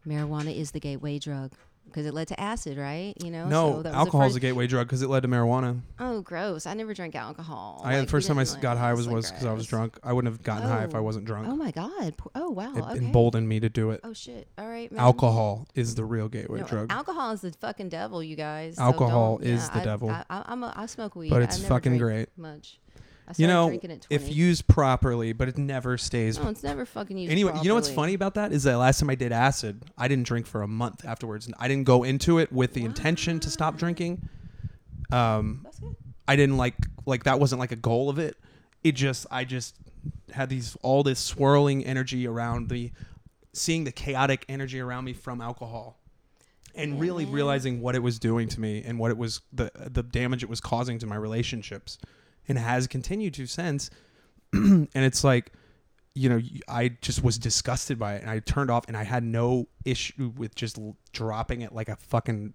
[SPEAKER 2] marijuana is the gateway drug because it led to acid, right? You know,
[SPEAKER 1] No,
[SPEAKER 2] oh, so that was the
[SPEAKER 1] alcohol's a
[SPEAKER 2] first-
[SPEAKER 1] gateway drug because it led to marijuana.
[SPEAKER 2] Oh, gross! I never drank alcohol.
[SPEAKER 1] I
[SPEAKER 2] Like,
[SPEAKER 1] the first
[SPEAKER 2] we
[SPEAKER 1] time I
[SPEAKER 2] didn't,
[SPEAKER 1] s-
[SPEAKER 2] like,
[SPEAKER 1] got high
[SPEAKER 2] it's
[SPEAKER 1] was
[SPEAKER 2] like
[SPEAKER 1] was because I was
[SPEAKER 2] gross.
[SPEAKER 1] drunk. I wouldn't have gotten high if I
[SPEAKER 2] Oh.
[SPEAKER 1] wasn't drunk.
[SPEAKER 2] Oh my god! Po- Oh wow!
[SPEAKER 1] it
[SPEAKER 2] okay.
[SPEAKER 1] emboldened me to do it.
[SPEAKER 2] Oh shit! All right, man.
[SPEAKER 1] Alcohol is the real gateway
[SPEAKER 2] No,
[SPEAKER 1] drug,
[SPEAKER 2] Alcohol is the fucking devil, you guys. so
[SPEAKER 1] Alcohol
[SPEAKER 2] don't-
[SPEAKER 1] is
[SPEAKER 2] yeah,
[SPEAKER 1] the
[SPEAKER 2] I,
[SPEAKER 1] devil.
[SPEAKER 2] I, I, I'm a, I smoke weed,
[SPEAKER 1] but
[SPEAKER 2] I
[SPEAKER 1] it's
[SPEAKER 2] never
[SPEAKER 1] fucking
[SPEAKER 2] drank
[SPEAKER 1] great.
[SPEAKER 2] Much. I
[SPEAKER 1] You
[SPEAKER 2] started
[SPEAKER 1] know,
[SPEAKER 2] drinking at Oh, 20.
[SPEAKER 1] if used properly, but it never stays.
[SPEAKER 2] no, it's never fucking used.
[SPEAKER 1] anyway, you know what's
[SPEAKER 2] properly.
[SPEAKER 1] funny about that is that last time I did acid, I didn't drink for a month afterwards, and I didn't go into it with the intention to stop drinking. Um,
[SPEAKER 2] That's good.
[SPEAKER 1] I didn't like like that wasn't like a goal of it. It just I just had these all this swirling energy around the seeing the chaotic energy around me from alcohol and
[SPEAKER 2] Yeah,
[SPEAKER 1] really
[SPEAKER 2] man.
[SPEAKER 1] realizing what it was doing to me and what it was the the damage it was causing to my relationships and has continued to since and it's like you know y- I just was disgusted by it and I turned off and I had no issue with just l- dropping it like a fucking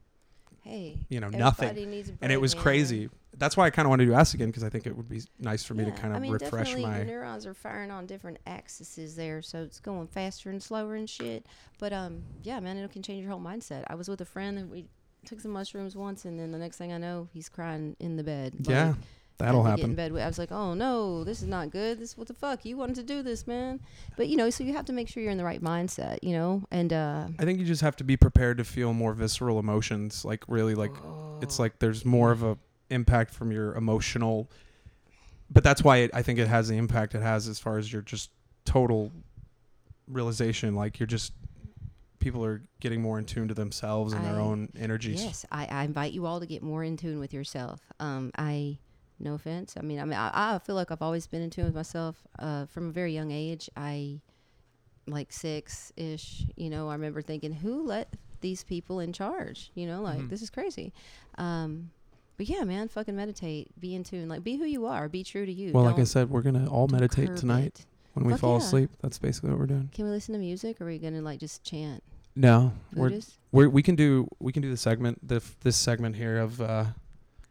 [SPEAKER 2] Hey,
[SPEAKER 1] you know, nothing.
[SPEAKER 2] everybody needs a
[SPEAKER 1] and it
[SPEAKER 2] break,
[SPEAKER 1] was
[SPEAKER 2] man.
[SPEAKER 1] crazy. That's why I kind of want to do acid again because I think it would be nice for me to
[SPEAKER 2] Yeah,
[SPEAKER 1] kind of
[SPEAKER 2] I mean,
[SPEAKER 1] refresh
[SPEAKER 2] definitely
[SPEAKER 1] my.
[SPEAKER 2] Your neurons are firing on different axes there, so it's going faster and slower and shit. But um, yeah, man, it can change your whole mindset. I was with a friend and we took some mushrooms once, and then the next thing I know, he's crying in the bed. Like,
[SPEAKER 1] Yeah, that'll
[SPEAKER 2] had to Get in
[SPEAKER 1] happen.
[SPEAKER 2] bed with. I was like, oh no, this is not good. This what the fuck? You wanted to do this, man. But you know, so you have to make sure you're in the right mindset, you know. And uh,
[SPEAKER 1] I think you just have to be prepared to feel more visceral emotions. Like really, like it's
[SPEAKER 2] Oh.
[SPEAKER 1] like there's more of a impact from your emotional. But that's why it, I think it has the impact it has as far as your just total realization. Like you're just people are getting more in tune to themselves and their
[SPEAKER 2] I-
[SPEAKER 1] own energies.
[SPEAKER 2] Yes, I, I invite you all to get more in tune with yourself. Um, I, no offense. I mean, I mean, I, I feel like I've always been in tune with myself uh, from a very young age. I, like six ish, you know, I remember thinking, who let these people in charge? You know, like
[SPEAKER 1] Mhm.
[SPEAKER 2] this is crazy. Um, but yeah, man, fucking meditate, be in tune, like be who you are, be true to you.
[SPEAKER 1] Well, like I
[SPEAKER 2] Don't-
[SPEAKER 1] said, we're gonna all
[SPEAKER 2] don't
[SPEAKER 1] meditate
[SPEAKER 2] curb
[SPEAKER 1] tonight
[SPEAKER 2] it.
[SPEAKER 1] when we
[SPEAKER 2] Fuck
[SPEAKER 1] fall
[SPEAKER 2] yeah.
[SPEAKER 1] asleep. That's basically what we're doing.
[SPEAKER 2] Can we listen to music, or are we gonna like just chant?
[SPEAKER 1] No, we're
[SPEAKER 2] Buddhist?
[SPEAKER 1] We're, we can do we can do the segment the, f- this segment here of uh,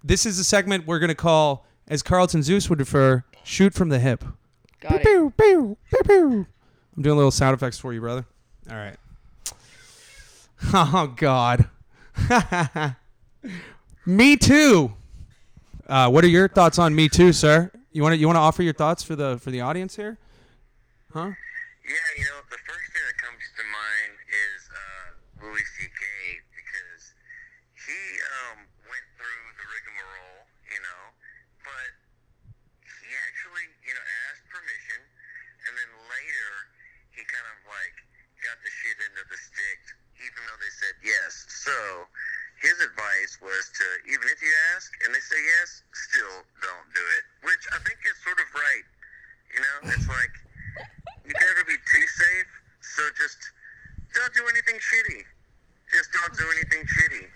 [SPEAKER 1] this is the segment we're gonna call as Carlton Zeus would refer shoot from the hip. Pew, pew, pew, pew. I'm doing little sound effects for you, brother. All right. Oh God. Me too. Uh, what are your thoughts on Me Too, sir? You want to you want to offer your thoughts for the for the audience here? Huh?
[SPEAKER 4] Yeah, you know, the first thing that comes to mind is uh, Louis C.K. because he um, went through the rigmarole, you know, but he actually, you know, asked permission, and then later he kind of like got the shit end of the stick, even though they said yes. So his advice was to even if you ask and they say yes, still don't do it, which I think is sort of right. You know, it's like you can never be too safe, so just don't do anything shitty. Just don't do anything shitty.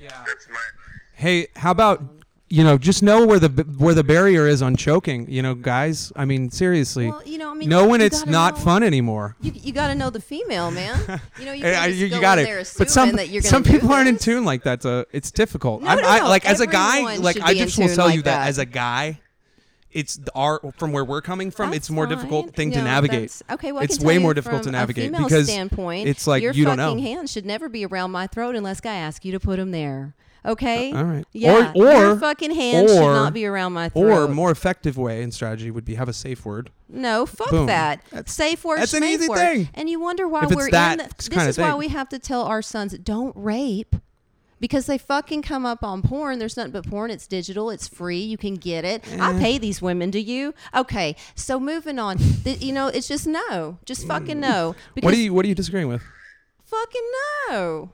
[SPEAKER 1] Yeah.
[SPEAKER 4] That's my advice.
[SPEAKER 1] Hey, how about you know just know where the where the barrier is on choking. You know, guys. I mean, seriously.
[SPEAKER 2] Well, you know, I mean,
[SPEAKER 1] know
[SPEAKER 2] like,
[SPEAKER 1] when
[SPEAKER 2] you
[SPEAKER 1] it's
[SPEAKER 2] gotta
[SPEAKER 1] not
[SPEAKER 2] know-
[SPEAKER 1] fun anymore.
[SPEAKER 2] You, you got to know the female, man. You know, you,
[SPEAKER 1] Hey, I-
[SPEAKER 2] can't just
[SPEAKER 1] you- you
[SPEAKER 2] go
[SPEAKER 1] got
[SPEAKER 2] in
[SPEAKER 1] it.
[SPEAKER 2] there
[SPEAKER 1] But some
[SPEAKER 2] assuming that you're
[SPEAKER 1] some
[SPEAKER 2] gonna do
[SPEAKER 1] people aren't in
[SPEAKER 2] this.
[SPEAKER 1] tune like that. So it's difficult.
[SPEAKER 2] No,
[SPEAKER 1] I'm,
[SPEAKER 2] no,
[SPEAKER 1] I,
[SPEAKER 2] no.
[SPEAKER 1] like as a guy,
[SPEAKER 2] Everyone
[SPEAKER 1] like
[SPEAKER 2] should
[SPEAKER 1] I
[SPEAKER 2] be in
[SPEAKER 1] just will
[SPEAKER 2] tune
[SPEAKER 1] tell
[SPEAKER 2] like
[SPEAKER 1] you that,
[SPEAKER 2] that.
[SPEAKER 1] as a guy. It's the art from where we're coming from.
[SPEAKER 2] That's
[SPEAKER 1] it's more difficult
[SPEAKER 2] fine.
[SPEAKER 1] thing to
[SPEAKER 2] No,
[SPEAKER 1] navigate.
[SPEAKER 2] that's- Okay, well, I
[SPEAKER 1] it's
[SPEAKER 2] can tell
[SPEAKER 1] way
[SPEAKER 2] you
[SPEAKER 1] more difficult to
[SPEAKER 2] from
[SPEAKER 1] navigate
[SPEAKER 2] a female
[SPEAKER 1] because
[SPEAKER 2] standpoint,
[SPEAKER 1] it's like
[SPEAKER 2] your
[SPEAKER 1] you don't know.
[SPEAKER 2] fucking hand should never be around my throat unless I ask you to put them there. Okay.
[SPEAKER 1] Uh, All right.
[SPEAKER 2] Yeah.
[SPEAKER 1] Or, or
[SPEAKER 2] your fucking hand should
[SPEAKER 1] or-
[SPEAKER 2] not be around my throat.
[SPEAKER 1] Or more effective way and strategy would be have a safe word.
[SPEAKER 2] No, fuck
[SPEAKER 1] Boom.
[SPEAKER 2] that.
[SPEAKER 1] That's-
[SPEAKER 2] Safe word.
[SPEAKER 1] that's an
[SPEAKER 2] safe
[SPEAKER 1] easy
[SPEAKER 2] word.
[SPEAKER 1] thing.
[SPEAKER 2] And you wonder why
[SPEAKER 1] If it's
[SPEAKER 2] we're
[SPEAKER 1] that
[SPEAKER 2] in. The, this
[SPEAKER 1] kinda
[SPEAKER 2] is why
[SPEAKER 1] thing.
[SPEAKER 2] we have to tell our sons don't rape. Because they fucking come up on porn. There's nothing but porn. It's digital. It's free. You can get it. I
[SPEAKER 1] Eh.
[SPEAKER 2] pay these women. Do you? Okay. So moving on. Th- you know, it's just no. Just fucking no.
[SPEAKER 1] Mm.
[SPEAKER 2] Because
[SPEAKER 1] What do you What are you disagreeing with?
[SPEAKER 2] fucking no.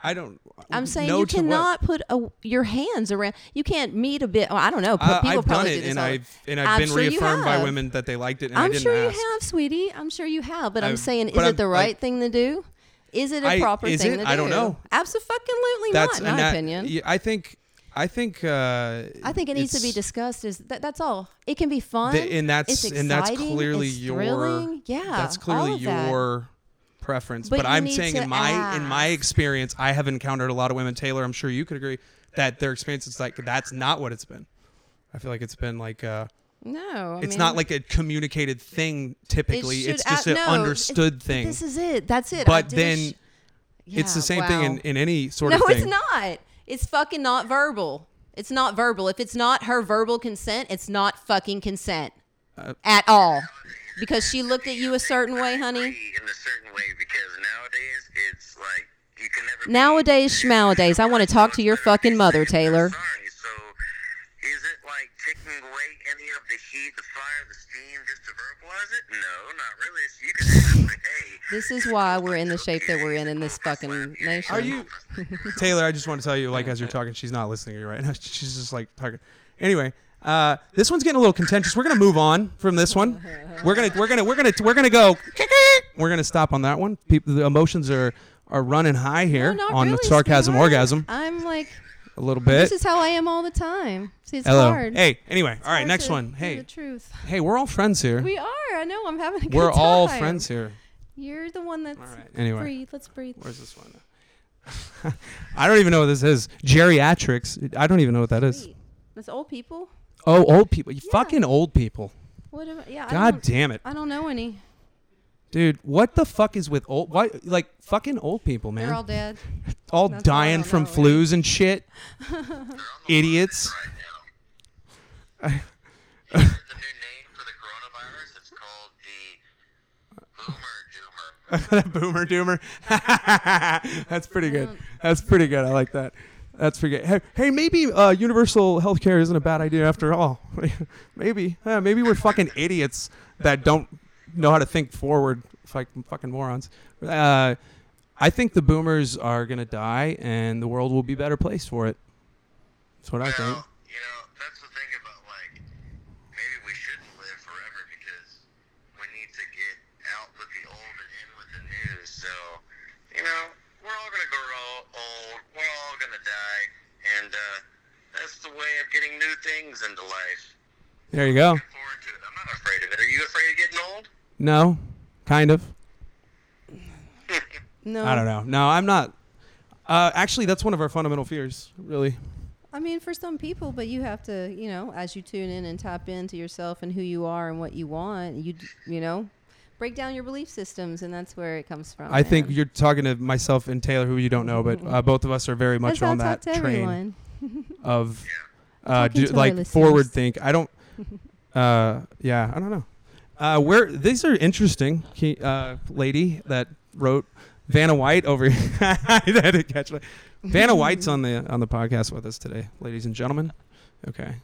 [SPEAKER 1] I don't.
[SPEAKER 2] I'm saying
[SPEAKER 1] no
[SPEAKER 2] you
[SPEAKER 1] to what?
[SPEAKER 2] cannot put a, your hands around. You can't meet a bit. Oh, I don't know.
[SPEAKER 1] Uh,
[SPEAKER 2] people
[SPEAKER 1] I've done
[SPEAKER 2] probably do
[SPEAKER 1] it,
[SPEAKER 2] this
[SPEAKER 1] and
[SPEAKER 2] all the-
[SPEAKER 1] I've and I've
[SPEAKER 2] I'm
[SPEAKER 1] been
[SPEAKER 2] sure you
[SPEAKER 1] reaffirmed by
[SPEAKER 2] have.
[SPEAKER 1] women that they liked it, and I
[SPEAKER 2] I'm
[SPEAKER 1] didn't
[SPEAKER 2] sure
[SPEAKER 1] ask.
[SPEAKER 2] you have, sweetie. I'm sure you have. But I'm,
[SPEAKER 1] I've-
[SPEAKER 2] saying, is
[SPEAKER 1] but
[SPEAKER 2] it
[SPEAKER 1] I'm-
[SPEAKER 2] the
[SPEAKER 1] I-
[SPEAKER 2] right thing to do? Is it a
[SPEAKER 1] I-
[SPEAKER 2] proper
[SPEAKER 1] is
[SPEAKER 2] thing
[SPEAKER 1] it?
[SPEAKER 2] to do?
[SPEAKER 1] I don't know.
[SPEAKER 2] Absolutely
[SPEAKER 1] That's
[SPEAKER 2] not, in my
[SPEAKER 1] an-
[SPEAKER 2] opinion.
[SPEAKER 1] yeah, I think I think. Uh,
[SPEAKER 2] I think it needs to be
[SPEAKER 1] it's-
[SPEAKER 2] discussed. Is that, that's all? It can be fun,
[SPEAKER 1] Th- and that's
[SPEAKER 2] it's
[SPEAKER 1] and that's
[SPEAKER 2] exciting,
[SPEAKER 1] clearly
[SPEAKER 2] it's
[SPEAKER 1] your
[SPEAKER 2] thrilling. yeah.
[SPEAKER 1] that's
[SPEAKER 2] all
[SPEAKER 1] clearly
[SPEAKER 2] of that.
[SPEAKER 1] your preference
[SPEAKER 2] But
[SPEAKER 1] but,
[SPEAKER 2] you
[SPEAKER 1] i'm
[SPEAKER 2] need
[SPEAKER 1] saying
[SPEAKER 2] to
[SPEAKER 1] in my in my
[SPEAKER 2] ask.
[SPEAKER 1] experience i have encountered a lot of women taylor i'm sure you could agree that their experience is like that's not what it's been i feel like it's been like uh
[SPEAKER 2] No, I
[SPEAKER 1] it's not
[SPEAKER 2] mean,
[SPEAKER 1] like a communicated thing
[SPEAKER 2] it
[SPEAKER 1] typically
[SPEAKER 2] should
[SPEAKER 1] it's just
[SPEAKER 2] a-
[SPEAKER 1] an
[SPEAKER 2] no,
[SPEAKER 1] understood
[SPEAKER 2] it's-
[SPEAKER 1] thing
[SPEAKER 2] This is it. That's it. I
[SPEAKER 1] but
[SPEAKER 2] did a
[SPEAKER 1] then
[SPEAKER 2] sh-
[SPEAKER 1] it's the
[SPEAKER 2] Yeah,
[SPEAKER 1] same thing in,
[SPEAKER 2] wow.
[SPEAKER 1] in any sort
[SPEAKER 2] No,
[SPEAKER 1] of thing
[SPEAKER 2] it's not. It's fucking not verbal. It's not verbal. If it's not her verbal consent, it's not fucking consent at all. Because she looked at you a certain way, honey.
[SPEAKER 4] in a certain way because nowadays it's like you can never. be-
[SPEAKER 2] Nowadays, schmowadays, I want to talk to your fucking mother, Taylor.
[SPEAKER 4] Sorry, so is it like taking away any of the heat, the fire, the steam, just to verbalize it? No, not really. So you can say like, hey,
[SPEAKER 2] This is why we're in the shape that we're in in this fucking nation.
[SPEAKER 1] Are you, Taylor? I just want to tell you, like, as you're talking, she's not listening to you right now. She's just like talking. Anyway, uh, this one's getting a little contentious. We're gonna move on from this one. We're gonna, we're gonna, we're gonna, we're gonna go. We're gonna stop on that one. People, the emotions are are running high here
[SPEAKER 2] Oh, No, not
[SPEAKER 1] on
[SPEAKER 2] really,
[SPEAKER 1] sarcasm,
[SPEAKER 2] sweetheart.
[SPEAKER 1] orgasm,
[SPEAKER 2] I'm like,
[SPEAKER 1] a little
[SPEAKER 2] this
[SPEAKER 1] bit.
[SPEAKER 2] is how I am all the time. See, it's
[SPEAKER 1] Hello.
[SPEAKER 2] hard.
[SPEAKER 1] Hey. Anyway. All right.
[SPEAKER 2] Hard
[SPEAKER 1] Next
[SPEAKER 2] to
[SPEAKER 1] one.
[SPEAKER 2] do
[SPEAKER 1] Hey.
[SPEAKER 2] the truth.
[SPEAKER 1] Hey. We're all friends here.
[SPEAKER 2] We are. I know. I'm having a good
[SPEAKER 1] We're
[SPEAKER 2] time.
[SPEAKER 1] all friends here.
[SPEAKER 2] You're the one that's
[SPEAKER 1] right, anyway.
[SPEAKER 2] breathe. Let's breathe.
[SPEAKER 1] Where's this one? I don't even know what this is. Geriatrics. I don't even know what that is.
[SPEAKER 2] Wait, That's old people.
[SPEAKER 1] Oh, old people. You fucking old people.
[SPEAKER 2] What? Am, yeah. I
[SPEAKER 1] God
[SPEAKER 2] don't,
[SPEAKER 1] damn it.
[SPEAKER 2] I don't know any.
[SPEAKER 1] Dude, what the fuck is with old what like fucking old people, man?
[SPEAKER 2] They're all dead.
[SPEAKER 1] All
[SPEAKER 2] that's all I
[SPEAKER 1] dying
[SPEAKER 2] don't
[SPEAKER 1] from
[SPEAKER 2] know, right?
[SPEAKER 1] flus and shit. Idiots.
[SPEAKER 4] the new name for the coronavirus. It's called the Boomer Doomer.
[SPEAKER 1] Boomer doomer. That's pretty good. That's pretty good. I like that. That's pretty good. Hey, hey maybe uh, universal health care isn't a bad idea after all. maybe. Yeah, maybe we're fucking idiots that don't know how to think forward. Like fucking morons. Uh, I think the boomers are going to die and the world will be a better place for it. That's what I think.
[SPEAKER 4] Well, you know, that's the thing about like maybe we shouldn't live forever because we need to get out with the old and in with the new. So, you know, we're all gonna grow old. We're all gonna die, and uh, that's the way of getting new things into life.
[SPEAKER 1] There you go.
[SPEAKER 4] Look forward to it. I'm not afraid of it. Are you afraid of getting old?
[SPEAKER 1] No, kind of.
[SPEAKER 2] No.
[SPEAKER 1] I don't know. No, I'm not. Uh, actually, that's one of our fundamental fears, really.
[SPEAKER 2] I mean, for some people, but you have to, you know, as you tune in and tap into yourself and who you are and what you want, you d- you know, break down your belief systems, and that's where it comes from.
[SPEAKER 1] I think
[SPEAKER 2] man.
[SPEAKER 1] you're talking to myself and Taylor, who you don't know, but uh, both of us are very much
[SPEAKER 2] That's how I
[SPEAKER 1] on that
[SPEAKER 2] talk to
[SPEAKER 1] train
[SPEAKER 2] everyone.
[SPEAKER 1] of uh,
[SPEAKER 2] Talking
[SPEAKER 1] do,
[SPEAKER 2] to our
[SPEAKER 1] like
[SPEAKER 2] listeners.
[SPEAKER 1] forward think. I don't. Uh, yeah, I don't know. Uh, where these are interesting. He, uh, lady that wrote Vanna White over. here. I had to catch my- Vanna White's on the on the podcast with us today, ladies and gentlemen. Okay.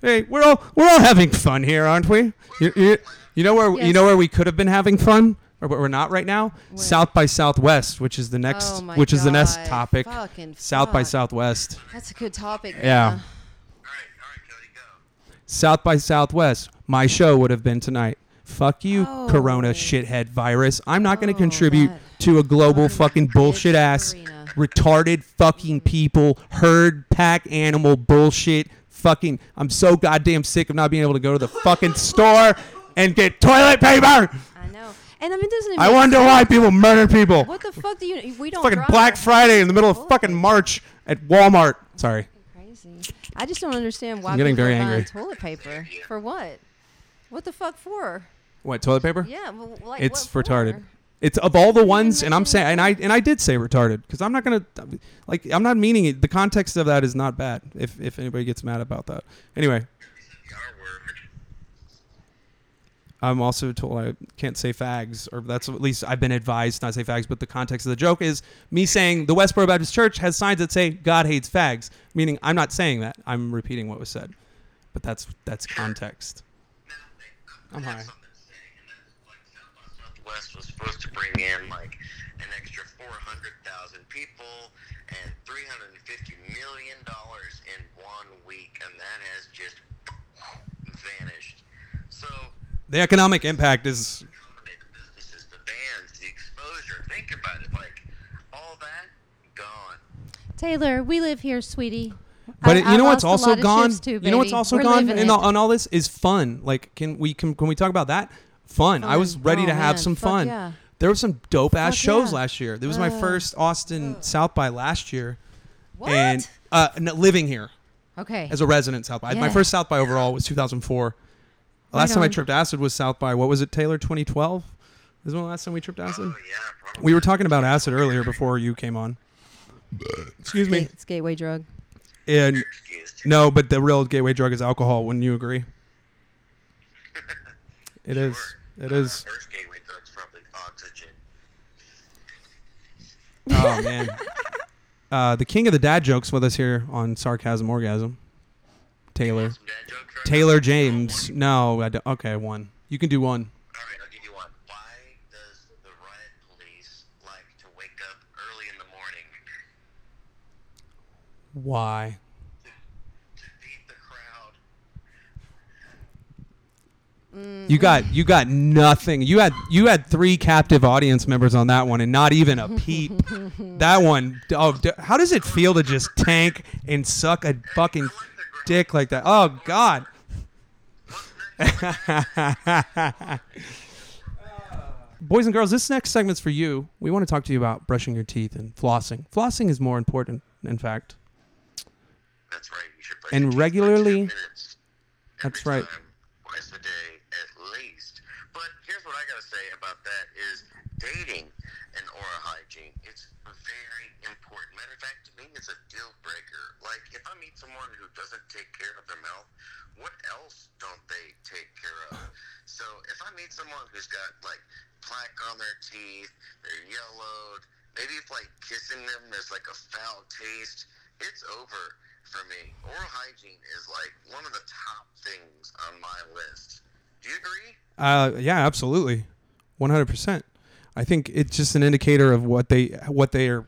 [SPEAKER 1] Hey, we're all we're all having fun here, aren't we? You, you, you know where you
[SPEAKER 2] Yes.
[SPEAKER 1] know where we could have been having fun, or but we're not right now. South by Southwest, which is the next,
[SPEAKER 2] Oh my
[SPEAKER 1] which is the next
[SPEAKER 2] God.
[SPEAKER 1] topic.
[SPEAKER 2] Fucking
[SPEAKER 1] South by
[SPEAKER 2] fuck.
[SPEAKER 1] Southwest.
[SPEAKER 2] That's a good topic.
[SPEAKER 1] Yeah.
[SPEAKER 2] Anna.
[SPEAKER 4] All right, all right, Kelly, go.
[SPEAKER 1] South by Southwest, my show would have been tonight. Fuck you,
[SPEAKER 2] Oh.
[SPEAKER 1] Corona shithead virus. I'm not going to
[SPEAKER 2] Oh,
[SPEAKER 1] contribute
[SPEAKER 2] that
[SPEAKER 1] to a global
[SPEAKER 2] darn
[SPEAKER 1] fucking bullshit
[SPEAKER 2] bitch
[SPEAKER 1] ass,
[SPEAKER 2] Corina.
[SPEAKER 1] retarded fucking people, herd, pack, animal bullshit. Fucking, I'm so goddamn sick of not being able to go to the fucking store and get toilet paper.
[SPEAKER 2] I know. And I mean, doesn't it
[SPEAKER 1] I
[SPEAKER 2] make
[SPEAKER 1] wonder
[SPEAKER 2] sense?
[SPEAKER 1] why people murder people.
[SPEAKER 2] What the fuck Oh. do you? We don't.
[SPEAKER 1] fucking
[SPEAKER 2] drive.
[SPEAKER 1] Black Friday in the middle of fucking March at Walmart. Sorry.
[SPEAKER 2] Crazy. I just don't understand why
[SPEAKER 1] I'm getting
[SPEAKER 2] people
[SPEAKER 1] very
[SPEAKER 2] are buying
[SPEAKER 1] angry.
[SPEAKER 2] toilet paper for what? What the fuck for?
[SPEAKER 1] What toilet paper?
[SPEAKER 2] Yeah, well, like
[SPEAKER 1] It's
[SPEAKER 2] what
[SPEAKER 1] retarded.
[SPEAKER 2] for?
[SPEAKER 1] It's of all the
[SPEAKER 2] even
[SPEAKER 1] ones, and I'm
[SPEAKER 2] mention
[SPEAKER 1] saying, and I and I did say retarded because I'm not gonna, like, I'm not meaning it. The context of that is not bad. If if anybody gets mad about that, anyway,
[SPEAKER 4] The R word.
[SPEAKER 1] I'm also told I can't say fags, or that's at least I've been advised to not say fags. But the context of the joke is me saying the Westboro Baptist Church has signs that say God hates fags, meaning I'm not saying that. I'm repeating what was said, but that's that's context. I'm high.
[SPEAKER 4] West was supposed to bring in like an extra 400,000 people and 350 million dollars in one week, and that has just vanished. So,
[SPEAKER 1] The economic impact is
[SPEAKER 4] the businesses, the bands, the exposure. Think about it, like all that gone.
[SPEAKER 2] Taylor, we live here, sweetie.
[SPEAKER 1] But
[SPEAKER 5] I-
[SPEAKER 1] it,
[SPEAKER 5] I
[SPEAKER 1] you know what's
[SPEAKER 5] lost a
[SPEAKER 1] also
[SPEAKER 5] lot of
[SPEAKER 1] gone?
[SPEAKER 5] shifts too,
[SPEAKER 1] you know what's
[SPEAKER 5] baby.
[SPEAKER 1] also
[SPEAKER 5] We're
[SPEAKER 1] gone
[SPEAKER 5] living
[SPEAKER 1] in
[SPEAKER 5] it.
[SPEAKER 1] all, on all this is fun. Like, can we can can we talk about that? Fun. I was
[SPEAKER 2] Fun.
[SPEAKER 1] ready
[SPEAKER 2] Oh,
[SPEAKER 1] to have
[SPEAKER 2] man.
[SPEAKER 1] some
[SPEAKER 2] Fuck
[SPEAKER 1] fun.
[SPEAKER 2] yeah.
[SPEAKER 1] There were some dope ass
[SPEAKER 2] Fuck
[SPEAKER 1] shows
[SPEAKER 2] yeah.
[SPEAKER 1] last year. There was my first Austin South by last year,
[SPEAKER 5] What?
[SPEAKER 1] and uh, n- living here
[SPEAKER 5] okay.
[SPEAKER 1] as a resident South by. My
[SPEAKER 5] Yeah.
[SPEAKER 1] first South by overall was 2004. The last
[SPEAKER 5] Right
[SPEAKER 1] time I
[SPEAKER 5] on.
[SPEAKER 1] tripped acid was South by. What was it, Taylor? 2012. Is when the last time we tripped acid?
[SPEAKER 4] Oh, yeah, probably.
[SPEAKER 1] We were talking about acid earlier before you came on. Excuse me.
[SPEAKER 2] It's gateway drug.
[SPEAKER 1] And
[SPEAKER 4] Excused.
[SPEAKER 1] no, but the real gateway drug is alcohol. Wouldn't you agree? It is. It is.
[SPEAKER 4] First gateway drug's probably oxygen.
[SPEAKER 1] Oh man. Uh, the king of the dad jokes with us here on sarcasm orgasm. Taylor.
[SPEAKER 4] Some dad jokes right
[SPEAKER 1] Taylor
[SPEAKER 4] now?
[SPEAKER 1] James. No, I don't- okay, one. You can do one.
[SPEAKER 4] All right, I'll give you one. Why does the riot police like to wake up early in the morning
[SPEAKER 1] Why?
[SPEAKER 4] to beat the crowd?
[SPEAKER 1] You got you got nothing. You had you had three captive audience members on that one, and not even a peep. that one. Oh, d- how does it feel to just tank and suck a fucking dick like that? Oh God. Boys and girls, this next segment's for you. We want to talk to you about brushing your teeth and flossing. Flossing is more important, in fact.
[SPEAKER 4] That's right. You should brush
[SPEAKER 1] And
[SPEAKER 4] your teeth for
[SPEAKER 1] regularly-
[SPEAKER 4] 10 minutes
[SPEAKER 1] that's
[SPEAKER 4] every
[SPEAKER 1] right.
[SPEAKER 4] time, Twice a day, at least. But here's what I gotta say about that: is dating and oral hygiene. It's very important. Matter of fact, to me, it's a deal breaker. Like, if I meet someone who doesn't take care of their mouth, what else don't they take care of? So, if I meet someone who's got like plaque on their teeth, they're yellowed. Maybe if like kissing them, there's like a foul taste. It's over for me. Oral hygiene is like one of the top things on my list. Do you agree?
[SPEAKER 1] Uh, yeah, absolutely, one hundred percent. I think it's just an indicator of what they what they are,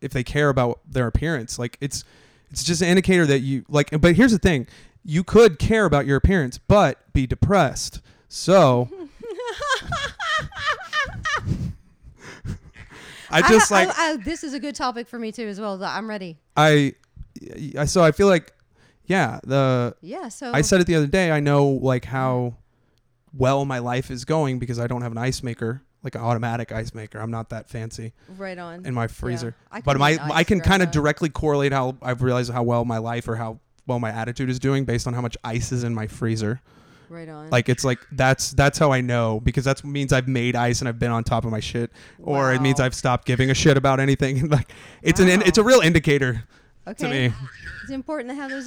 [SPEAKER 1] if they care about their appearance. Like it's it's just an indicator that you like. But here's the thing: you could care about your appearance, but be depressed. So. I just
[SPEAKER 5] I-
[SPEAKER 1] like
[SPEAKER 5] I- I- this is a good topic for me too as well. I'm ready.
[SPEAKER 1] I, I so I feel like yeah the
[SPEAKER 5] Yeah. So
[SPEAKER 1] I said it the other day. I know like how well my life is going because I don't have an ice maker, like an automatic ice maker. I'm not that fancy
[SPEAKER 2] Right on.
[SPEAKER 1] in my freezer.
[SPEAKER 2] I
[SPEAKER 1] but
[SPEAKER 2] couldn't
[SPEAKER 1] my
[SPEAKER 2] eat ice
[SPEAKER 1] I can
[SPEAKER 2] growing
[SPEAKER 1] kind of
[SPEAKER 2] up.
[SPEAKER 1] directly correlate how I've realized how well my life or how well my attitude is doing based on how much ice is in my freezer.
[SPEAKER 2] right on.
[SPEAKER 1] Like it's like that's that's how I know because that means I've made ice and I've been on top of my shit, or it means
[SPEAKER 2] Wow.
[SPEAKER 1] I've stopped giving a shit about anything. like it's an it's a real indicator to
[SPEAKER 5] okay.
[SPEAKER 1] me.
[SPEAKER 5] It's important to have those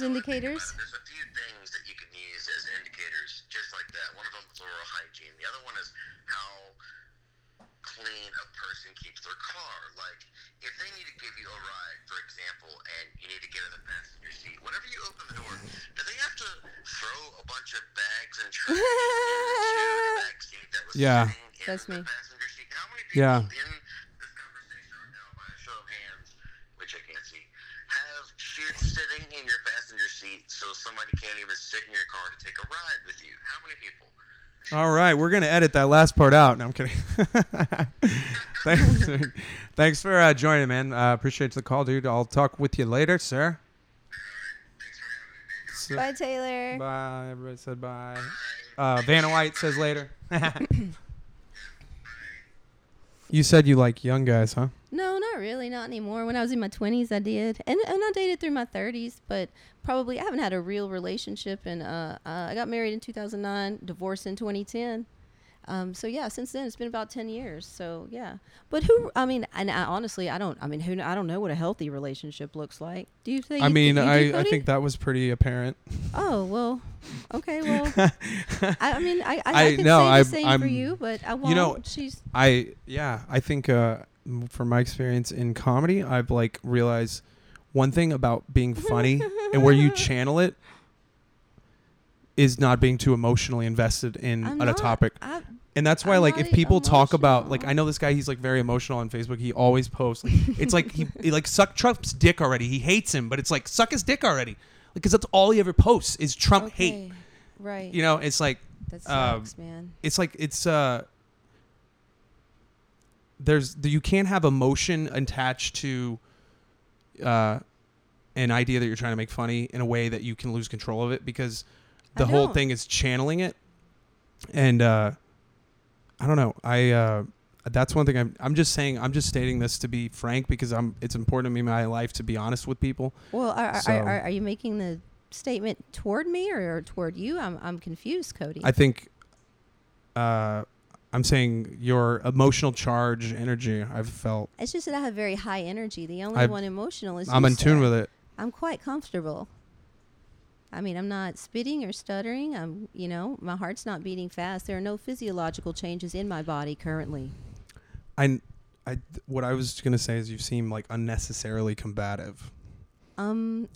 [SPEAKER 4] Uh,
[SPEAKER 5] indicators.
[SPEAKER 4] There's a few things that you can use as indicators, just like that. One of them is oral hygiene. The other one is how clean a person keeps their car. Like, if they need to give you a ride, for example, and you need to get in the passenger seat, whenever you open the door, do they have to throw a bunch of bags and trash into the back seat that was
[SPEAKER 1] Yeah.
[SPEAKER 4] sitting in
[SPEAKER 2] That's
[SPEAKER 4] the
[SPEAKER 2] me.
[SPEAKER 4] passenger seat? How many people
[SPEAKER 1] Yeah.
[SPEAKER 4] in this conversation right now, by a show of hands, which I can't see, have shit sitting in your passenger seat so somebody can't even sit in your car to take a ride with you? How many people?
[SPEAKER 1] All right, we're gonna edit that last part out. No, I'm kidding. thanks, thanks for uh, joining, man. Uh, appreciate the call, dude. I'll talk with you later, sir. So-
[SPEAKER 5] Bye, Taylor.
[SPEAKER 1] bye. Everybody said bye. Uh, Vanna White says later. you said you like young guys, huh?
[SPEAKER 5] No, not really, not anymore. When I was in my twenties, I did, and and I dated through my thirties, but probably I haven't had a real relationship. And uh, uh, I got married in two thousand nine, divorced in twenty ten. Um, so yeah, since then it's been about ten years. So yeah, but who? I mean, and I honestly, I don't. I mean, who? kn- I don't know what a healthy relationship looks like. Do you think?
[SPEAKER 1] I mean,
[SPEAKER 5] you do,
[SPEAKER 1] I, I
[SPEAKER 5] Cody?
[SPEAKER 1] think that was pretty apparent.
[SPEAKER 5] Oh well, okay. Well, I, I mean, I I, I,
[SPEAKER 1] I-
[SPEAKER 5] can
[SPEAKER 1] no,
[SPEAKER 5] say the
[SPEAKER 1] I-
[SPEAKER 5] same for
[SPEAKER 1] I'm-
[SPEAKER 5] you, but I won't.
[SPEAKER 1] you know,
[SPEAKER 5] she's
[SPEAKER 1] I yeah, I think uh, m- from my experience in comedy, I've like realized one thing about being funny and where you channel it is not being too emotionally invested in
[SPEAKER 5] I'm
[SPEAKER 1] on
[SPEAKER 5] not-
[SPEAKER 1] a topic.
[SPEAKER 5] I,
[SPEAKER 1] And that's why,
[SPEAKER 5] I'm
[SPEAKER 1] like,
[SPEAKER 5] not
[SPEAKER 1] if people talk about,
[SPEAKER 5] emotional.
[SPEAKER 1] like, I know this guy, he's like very emotional on Facebook. He always posts. It's like he, he like suck Trump's dick already. He hates him, but it's like suck his dick already, because that's all he ever posts is Trump hate.
[SPEAKER 5] okay, right.
[SPEAKER 1] You know, it's like
[SPEAKER 2] that
[SPEAKER 1] um,
[SPEAKER 2] sucks, man.
[SPEAKER 1] it's like it's uh there's you can't have emotion attached to uh an idea that you're trying to make funny in a way that you can lose control of it because the whole
[SPEAKER 2] don't.
[SPEAKER 1] thing is channeling it. And uh, I don't know. I uh, that's one thing. I'm I'm just saying. I'm just stating this to be frank because I'm. It's important to me in my life to be honest with people.
[SPEAKER 5] Well, are, are,
[SPEAKER 1] So-
[SPEAKER 5] are, are you making the statement toward me or, or toward you? I'm, I'm confused, Cody.
[SPEAKER 1] I think uh, I'm saying your emotional charge, energy. I've felt.
[SPEAKER 5] it's just that I have very high energy. The only
[SPEAKER 1] I've-
[SPEAKER 5] one emotional is.
[SPEAKER 1] I'm
[SPEAKER 5] you,
[SPEAKER 1] in tune
[SPEAKER 5] sir.
[SPEAKER 1] with it.
[SPEAKER 5] I'm quite comfortable. I mean, I'm not spitting or stuttering. I'm, you know, my heart's not beating fast. There are no physiological changes in my body currently.
[SPEAKER 1] I, I, what I was gonna say is you seem like unnecessarily combative.
[SPEAKER 5] Um,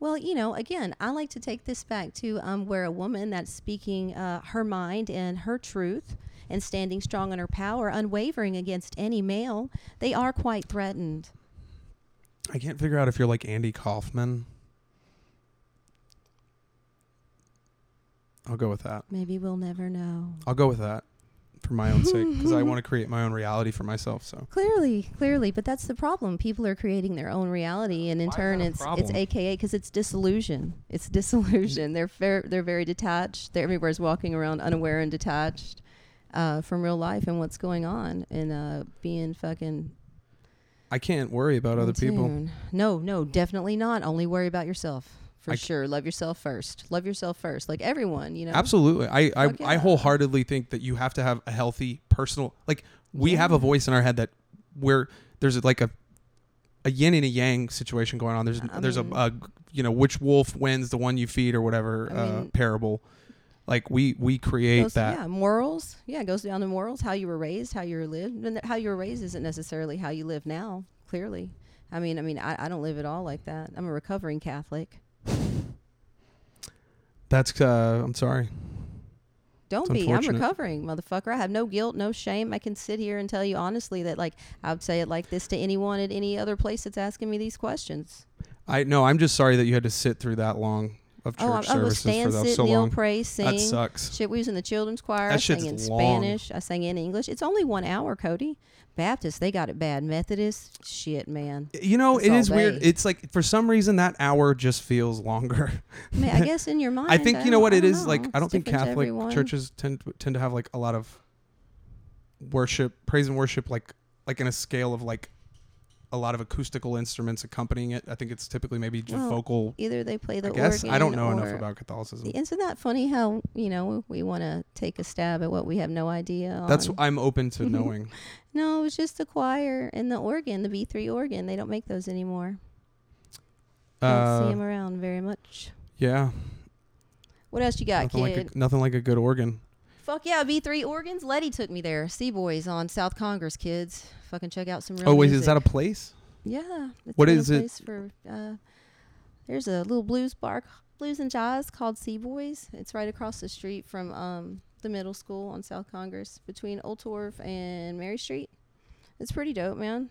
[SPEAKER 5] well, you know, again, I like to take this back to um, where a woman that's speaking uh, her mind and her truth and standing strong in her power, unwavering against any male, they are quite threatened.
[SPEAKER 1] I can't figure out if you're like Andy Kaufman. I'll go with that.
[SPEAKER 5] Maybe we'll never know.
[SPEAKER 1] I'll go with that for my own sake because I want to create my own reality for myself. So
[SPEAKER 5] Clearly, clearly, but that's the problem. People are creating their own reality, and in
[SPEAKER 1] Why is
[SPEAKER 5] turn,
[SPEAKER 1] that a
[SPEAKER 5] it's it's
[SPEAKER 1] problem?
[SPEAKER 5] AKA because it's disillusion. It's disillusion. They're fair, they're very detached. They're everywhere's walking around unaware and detached uh, from real life and what's going on, and uh, being fucking
[SPEAKER 1] I can't worry about other
[SPEAKER 5] in
[SPEAKER 1] people.
[SPEAKER 5] tune. No, no, definitely not. Only worry about yourself for
[SPEAKER 1] I c-
[SPEAKER 5] sure. Love yourself first. Love yourself first, like everyone. You know,
[SPEAKER 1] Absolutely. I I,
[SPEAKER 5] Fuck
[SPEAKER 1] I
[SPEAKER 5] yeah.
[SPEAKER 1] wholeheartedly think that you have to have a healthy personal like we have a voice in our head that where there's like a a yin and a yang situation going on. There's
[SPEAKER 5] I
[SPEAKER 1] there's
[SPEAKER 5] mean-
[SPEAKER 1] a, a you know which wolf wins the one you feed or whatever
[SPEAKER 5] I
[SPEAKER 1] uh,
[SPEAKER 5] mean-
[SPEAKER 1] parable. Like we we create
[SPEAKER 5] goes-
[SPEAKER 1] that.
[SPEAKER 5] Yeah, morals. Yeah, it goes down to morals. How you were raised, how you were lived, and th- how you were raised isn't necessarily how you live now. Clearly, I mean, I mean, I, I don't live at all like that. I'm a recovering Catholic.
[SPEAKER 1] That's uh I'm sorry.
[SPEAKER 5] Don't
[SPEAKER 1] It's
[SPEAKER 5] be. I'm
[SPEAKER 1] unfortunate.
[SPEAKER 5] recovering, motherfucker. I have no guilt, no shame. I can sit here and tell you honestly that, like, I would say it like this to anyone at any other place that's asking me these questions.
[SPEAKER 1] I no, I'm just sorry that you had to sit through that long of church
[SPEAKER 5] oh, I'm, I was
[SPEAKER 1] services for
[SPEAKER 5] stand,
[SPEAKER 1] the,
[SPEAKER 5] sit,
[SPEAKER 1] so
[SPEAKER 5] kneel,
[SPEAKER 1] long.
[SPEAKER 5] pray, sing.
[SPEAKER 1] That sucks.
[SPEAKER 5] Shit, we was in the children's choir. I
[SPEAKER 1] That shit's
[SPEAKER 5] sang in
[SPEAKER 1] long.
[SPEAKER 5] Spanish. I sang in English. It's only one hour, Cody. Baptists, they got it bad. Methodists, shit, man.
[SPEAKER 1] You know,
[SPEAKER 5] It's
[SPEAKER 1] it
[SPEAKER 5] all
[SPEAKER 1] is weird.
[SPEAKER 5] vague.
[SPEAKER 1] It's like for some reason that hour just feels longer.
[SPEAKER 5] I, mean, I guess in your mind.
[SPEAKER 1] I think you know
[SPEAKER 5] don't-
[SPEAKER 1] what
[SPEAKER 5] I
[SPEAKER 1] it
[SPEAKER 5] don't
[SPEAKER 1] is like.
[SPEAKER 5] know.
[SPEAKER 1] I don't
[SPEAKER 5] It's
[SPEAKER 1] think
[SPEAKER 5] different to
[SPEAKER 1] Catholic
[SPEAKER 5] everyone.
[SPEAKER 1] churches tend to, tend to have like a lot of worship, praise and worship, like like in a scale of like a lot of acoustical instruments accompanying it. I think it's typically maybe just
[SPEAKER 5] Well,
[SPEAKER 1] vocal.
[SPEAKER 5] Either they play the
[SPEAKER 1] I guess
[SPEAKER 5] organ.
[SPEAKER 1] I don't know
[SPEAKER 5] or,
[SPEAKER 1] enough about Catholicism.
[SPEAKER 5] Isn't that funny how you know we want to take a stab at what we have no idea?
[SPEAKER 1] That's
[SPEAKER 5] on?
[SPEAKER 1] I'm open to knowing.
[SPEAKER 5] no, it was just the choir and the organ, the B three organ. They don't make those anymore. don't see
[SPEAKER 1] uh,
[SPEAKER 5] them around very much.
[SPEAKER 1] yeah,
[SPEAKER 5] What else you got,
[SPEAKER 1] nothing like
[SPEAKER 5] kid?
[SPEAKER 1] a, nothing like a good organ.
[SPEAKER 5] Fuck yeah, B3 Organs. Letty took me there. Sea Boys on South Congress, kids. Fucking check out some real
[SPEAKER 1] Oh wait,
[SPEAKER 5] music.
[SPEAKER 1] is that a place?
[SPEAKER 5] Yeah. It's
[SPEAKER 1] What
[SPEAKER 5] been a
[SPEAKER 1] is it?
[SPEAKER 5] place For, uh, there's a little blues bar, blues and jazz called Sea Boys. It's right across the street from um, the middle school on South Congress between Old Torf and Mary Street. It's pretty dope, man.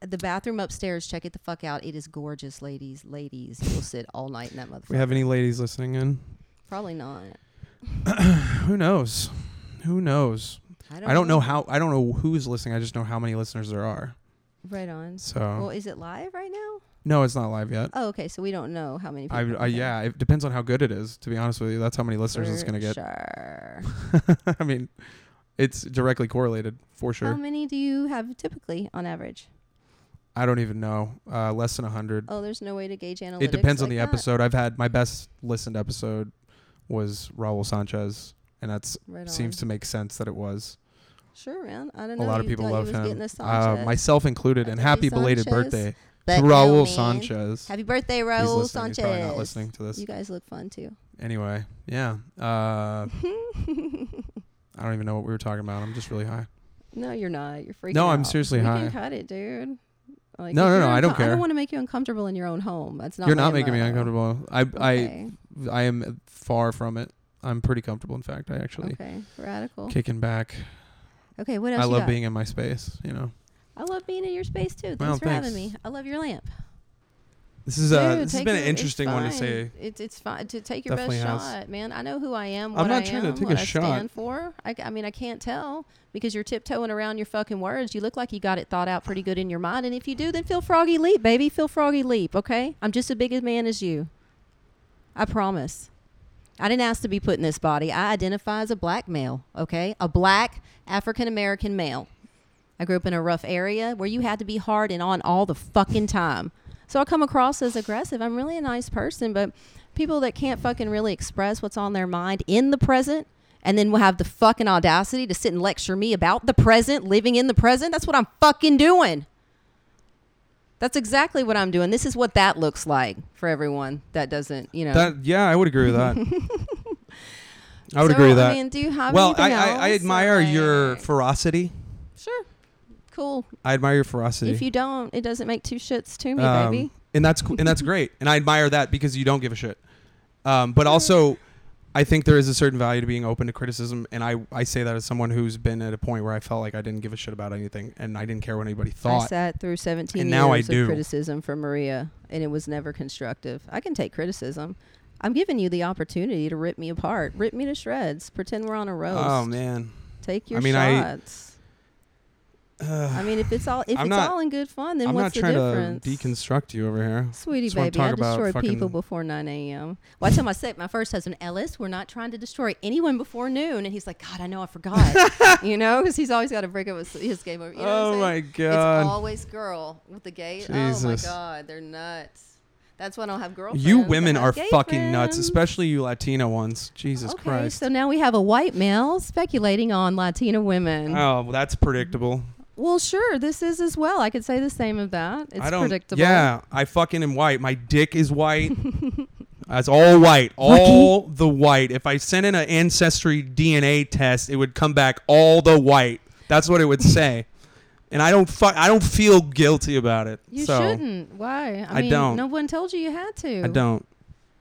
[SPEAKER 5] The bathroom upstairs, check it the fuck out. It is gorgeous, ladies. Ladies, you'll sit all night in that motherfucker.
[SPEAKER 1] We have any ladies listening in?
[SPEAKER 5] Probably not.
[SPEAKER 1] Who knows? Who knows?
[SPEAKER 5] I don't,
[SPEAKER 1] I don't know how. I don't know who's listening. I just know how many listeners there are.
[SPEAKER 5] Right on.
[SPEAKER 1] So
[SPEAKER 5] Well, is it live right now?
[SPEAKER 1] no, it's not live yet.
[SPEAKER 5] Oh, okay. So we don't know how many people.
[SPEAKER 1] I,
[SPEAKER 5] are
[SPEAKER 1] I
[SPEAKER 5] there.
[SPEAKER 1] yeah, it depends on how good it is. To be honest with you, that's how many listeners it's
[SPEAKER 5] For
[SPEAKER 1] gonna get.
[SPEAKER 5] Sure.
[SPEAKER 1] I mean, it's directly correlated for
[SPEAKER 5] How
[SPEAKER 1] sure.
[SPEAKER 5] many do you have typically on average?
[SPEAKER 1] I don't even know. Uh, less than a hundred.
[SPEAKER 5] Oh, there's no way to gauge analytics.
[SPEAKER 1] it depends on
[SPEAKER 5] like
[SPEAKER 1] the
[SPEAKER 5] that.
[SPEAKER 1] episode. I've had my best listened episode was Raul Sanchez, and that's
[SPEAKER 5] Right
[SPEAKER 1] seems
[SPEAKER 5] on.
[SPEAKER 1] to make sense that it was.
[SPEAKER 5] Sure, man. I don't
[SPEAKER 1] a
[SPEAKER 5] know.
[SPEAKER 1] lot of
[SPEAKER 5] You
[SPEAKER 1] people
[SPEAKER 5] thought
[SPEAKER 1] love
[SPEAKER 5] you was
[SPEAKER 1] him,
[SPEAKER 5] getting a
[SPEAKER 1] uh,
[SPEAKER 5] Sanchez.
[SPEAKER 1] myself included. And
[SPEAKER 5] Raul
[SPEAKER 1] happy belated
[SPEAKER 5] Sanchez.
[SPEAKER 1] birthday
[SPEAKER 5] But
[SPEAKER 1] to
[SPEAKER 5] no,
[SPEAKER 1] Raul
[SPEAKER 5] man.
[SPEAKER 1] Sanchez.
[SPEAKER 5] Happy birthday,
[SPEAKER 1] He's
[SPEAKER 5] Raul
[SPEAKER 1] listening. He's
[SPEAKER 5] Sanchez.
[SPEAKER 1] probably not listening to this.
[SPEAKER 5] You guys look fun too.
[SPEAKER 1] Anyway, yeah. Uh, I don't even know what we were talking about. I'm just really high.
[SPEAKER 5] No, you're not. You're freaking.
[SPEAKER 1] No, I'm
[SPEAKER 5] out.
[SPEAKER 1] seriously
[SPEAKER 5] we
[SPEAKER 1] high.
[SPEAKER 5] can cut it, dude. Like,
[SPEAKER 1] No,
[SPEAKER 5] if
[SPEAKER 1] no,
[SPEAKER 5] you're
[SPEAKER 1] no, I don't
[SPEAKER 5] uncom- I
[SPEAKER 1] care.
[SPEAKER 5] don't want to make you uncomfortable in your own home. That's not.
[SPEAKER 1] You're
[SPEAKER 5] my
[SPEAKER 1] not making me
[SPEAKER 5] MO.
[SPEAKER 1] uncomfortable. I
[SPEAKER 5] Okay.
[SPEAKER 1] I I am far from it. I'm pretty comfortable. In fact, I actually
[SPEAKER 5] okay. Radical.
[SPEAKER 1] kicking back.
[SPEAKER 5] Okay. What else?
[SPEAKER 1] I
[SPEAKER 5] you
[SPEAKER 1] love
[SPEAKER 5] got?
[SPEAKER 1] being in my space. You know.
[SPEAKER 5] I love being in your space too. Thanks
[SPEAKER 1] Well,
[SPEAKER 5] for having
[SPEAKER 1] thanks.
[SPEAKER 5] me. I love your lamp.
[SPEAKER 1] This is uh,
[SPEAKER 2] Dude,
[SPEAKER 1] this has
[SPEAKER 2] take
[SPEAKER 1] been
[SPEAKER 2] your-
[SPEAKER 1] an
[SPEAKER 2] it's
[SPEAKER 1] interesting one to
[SPEAKER 2] fine.
[SPEAKER 1] say.
[SPEAKER 2] It's it's fine to take your
[SPEAKER 1] Definitely
[SPEAKER 2] best
[SPEAKER 1] has.
[SPEAKER 2] shot, man. I know who I am.
[SPEAKER 1] I'm
[SPEAKER 2] What
[SPEAKER 1] not
[SPEAKER 2] I
[SPEAKER 1] trying to
[SPEAKER 2] am,
[SPEAKER 1] take
[SPEAKER 2] what
[SPEAKER 1] a
[SPEAKER 2] I
[SPEAKER 1] shot.
[SPEAKER 2] Stand for. I, I mean, I can't tell because you're tiptoeing around your fucking words. You look like you got it thought out pretty good in your mind, and if you do, then feel froggy leap, baby. Feel froggy leap. Okay, I'm just as big a man as you. I promise. I didn't ask to be put in this body. I identify as a black male. Okay, a black African American male. I grew up in a rough area where you had to be hard and on all the fucking time. So I come across as aggressive. I'm really a nice person, but people that can't fucking really express what's on their mind in the present and then will have the fucking audacity to sit and lecture me about the present, living in the present, that's what I'm fucking doing. That's exactly what I'm doing. This is what that looks like for everyone that doesn't, you know.
[SPEAKER 1] That yeah, I would agree with that. I would
[SPEAKER 2] So,
[SPEAKER 1] agree with
[SPEAKER 2] I
[SPEAKER 1] that.
[SPEAKER 2] mean, do you have
[SPEAKER 1] well, I,
[SPEAKER 2] anything
[SPEAKER 1] I, I
[SPEAKER 2] else?
[SPEAKER 1] admire your
[SPEAKER 2] Like-
[SPEAKER 1] ferocity.
[SPEAKER 2] sure. Cool.
[SPEAKER 1] I admire your ferocity.
[SPEAKER 2] If you don't, it doesn't make two shits to me,
[SPEAKER 1] Um,
[SPEAKER 2] baby.
[SPEAKER 1] And that's cool, and that's great, and I admire that because you don't give a shit. Um, but also, I think there is a certain value to being open to criticism, and I I say that as someone who's been at a point where I felt like I didn't give a shit about anything, and I didn't care what anybody
[SPEAKER 5] I
[SPEAKER 1] thought.
[SPEAKER 5] sat through 17
[SPEAKER 1] And
[SPEAKER 5] years
[SPEAKER 1] now I
[SPEAKER 5] of
[SPEAKER 1] do.
[SPEAKER 5] criticism from Maria, and it was never constructive. I can take criticism. I'm giving you the opportunity to rip me apart, rip me to shreds. Pretend we're on a roast.
[SPEAKER 1] Oh man,
[SPEAKER 5] Take your
[SPEAKER 1] I mean, I-
[SPEAKER 5] shots. I, mean, if it's all if
[SPEAKER 1] I'm
[SPEAKER 5] it's
[SPEAKER 1] not-
[SPEAKER 5] all in good fun, then
[SPEAKER 1] I'm not
[SPEAKER 5] what's the
[SPEAKER 1] trying
[SPEAKER 5] difference?
[SPEAKER 1] to deconstruct you over here,
[SPEAKER 5] Sweetie
[SPEAKER 1] Just wanna
[SPEAKER 5] baby, I
[SPEAKER 1] talk about
[SPEAKER 5] destroy
[SPEAKER 1] fucking-
[SPEAKER 5] people before 9 a.m. Well, I tell my sec- my first husband Ellis, we're not trying to destroy anyone before noon, and he's like, God, I know, I forgot, you know, because he's always got to break up with his gay over. You know what I'm
[SPEAKER 1] Oh
[SPEAKER 5] saying?
[SPEAKER 1] my God.
[SPEAKER 5] It's always girl with the gay. Oh my
[SPEAKER 1] Jesus.
[SPEAKER 5] God, they're nuts. That's why I don't have girlfriends.
[SPEAKER 1] You
[SPEAKER 5] I
[SPEAKER 1] women
[SPEAKER 5] have
[SPEAKER 1] are
[SPEAKER 5] gay
[SPEAKER 1] fucking nuts,
[SPEAKER 5] friends.
[SPEAKER 1] especially you Latino ones. Jesus
[SPEAKER 5] okay,
[SPEAKER 1] Christ.
[SPEAKER 5] so now we have a white male speculating on Latina women.
[SPEAKER 1] Oh, well,
[SPEAKER 5] Mm-hmm.
[SPEAKER 1] that's predictable.
[SPEAKER 5] well, sure, this is as well. I could say the same of that. It's
[SPEAKER 1] I don't.
[SPEAKER 5] predictable.
[SPEAKER 1] Yeah, I fucking am white. My dick is white. That's all white. All the white. If I sent in an ancestry DNA test, it would come back all the white. That's what it would say. and I don't fuck. I don't feel guilty about it.
[SPEAKER 5] You
[SPEAKER 1] so
[SPEAKER 5] shouldn't. Why? I,
[SPEAKER 1] I
[SPEAKER 5] mean,
[SPEAKER 1] don't.
[SPEAKER 5] No one told you you had to.
[SPEAKER 1] I don't.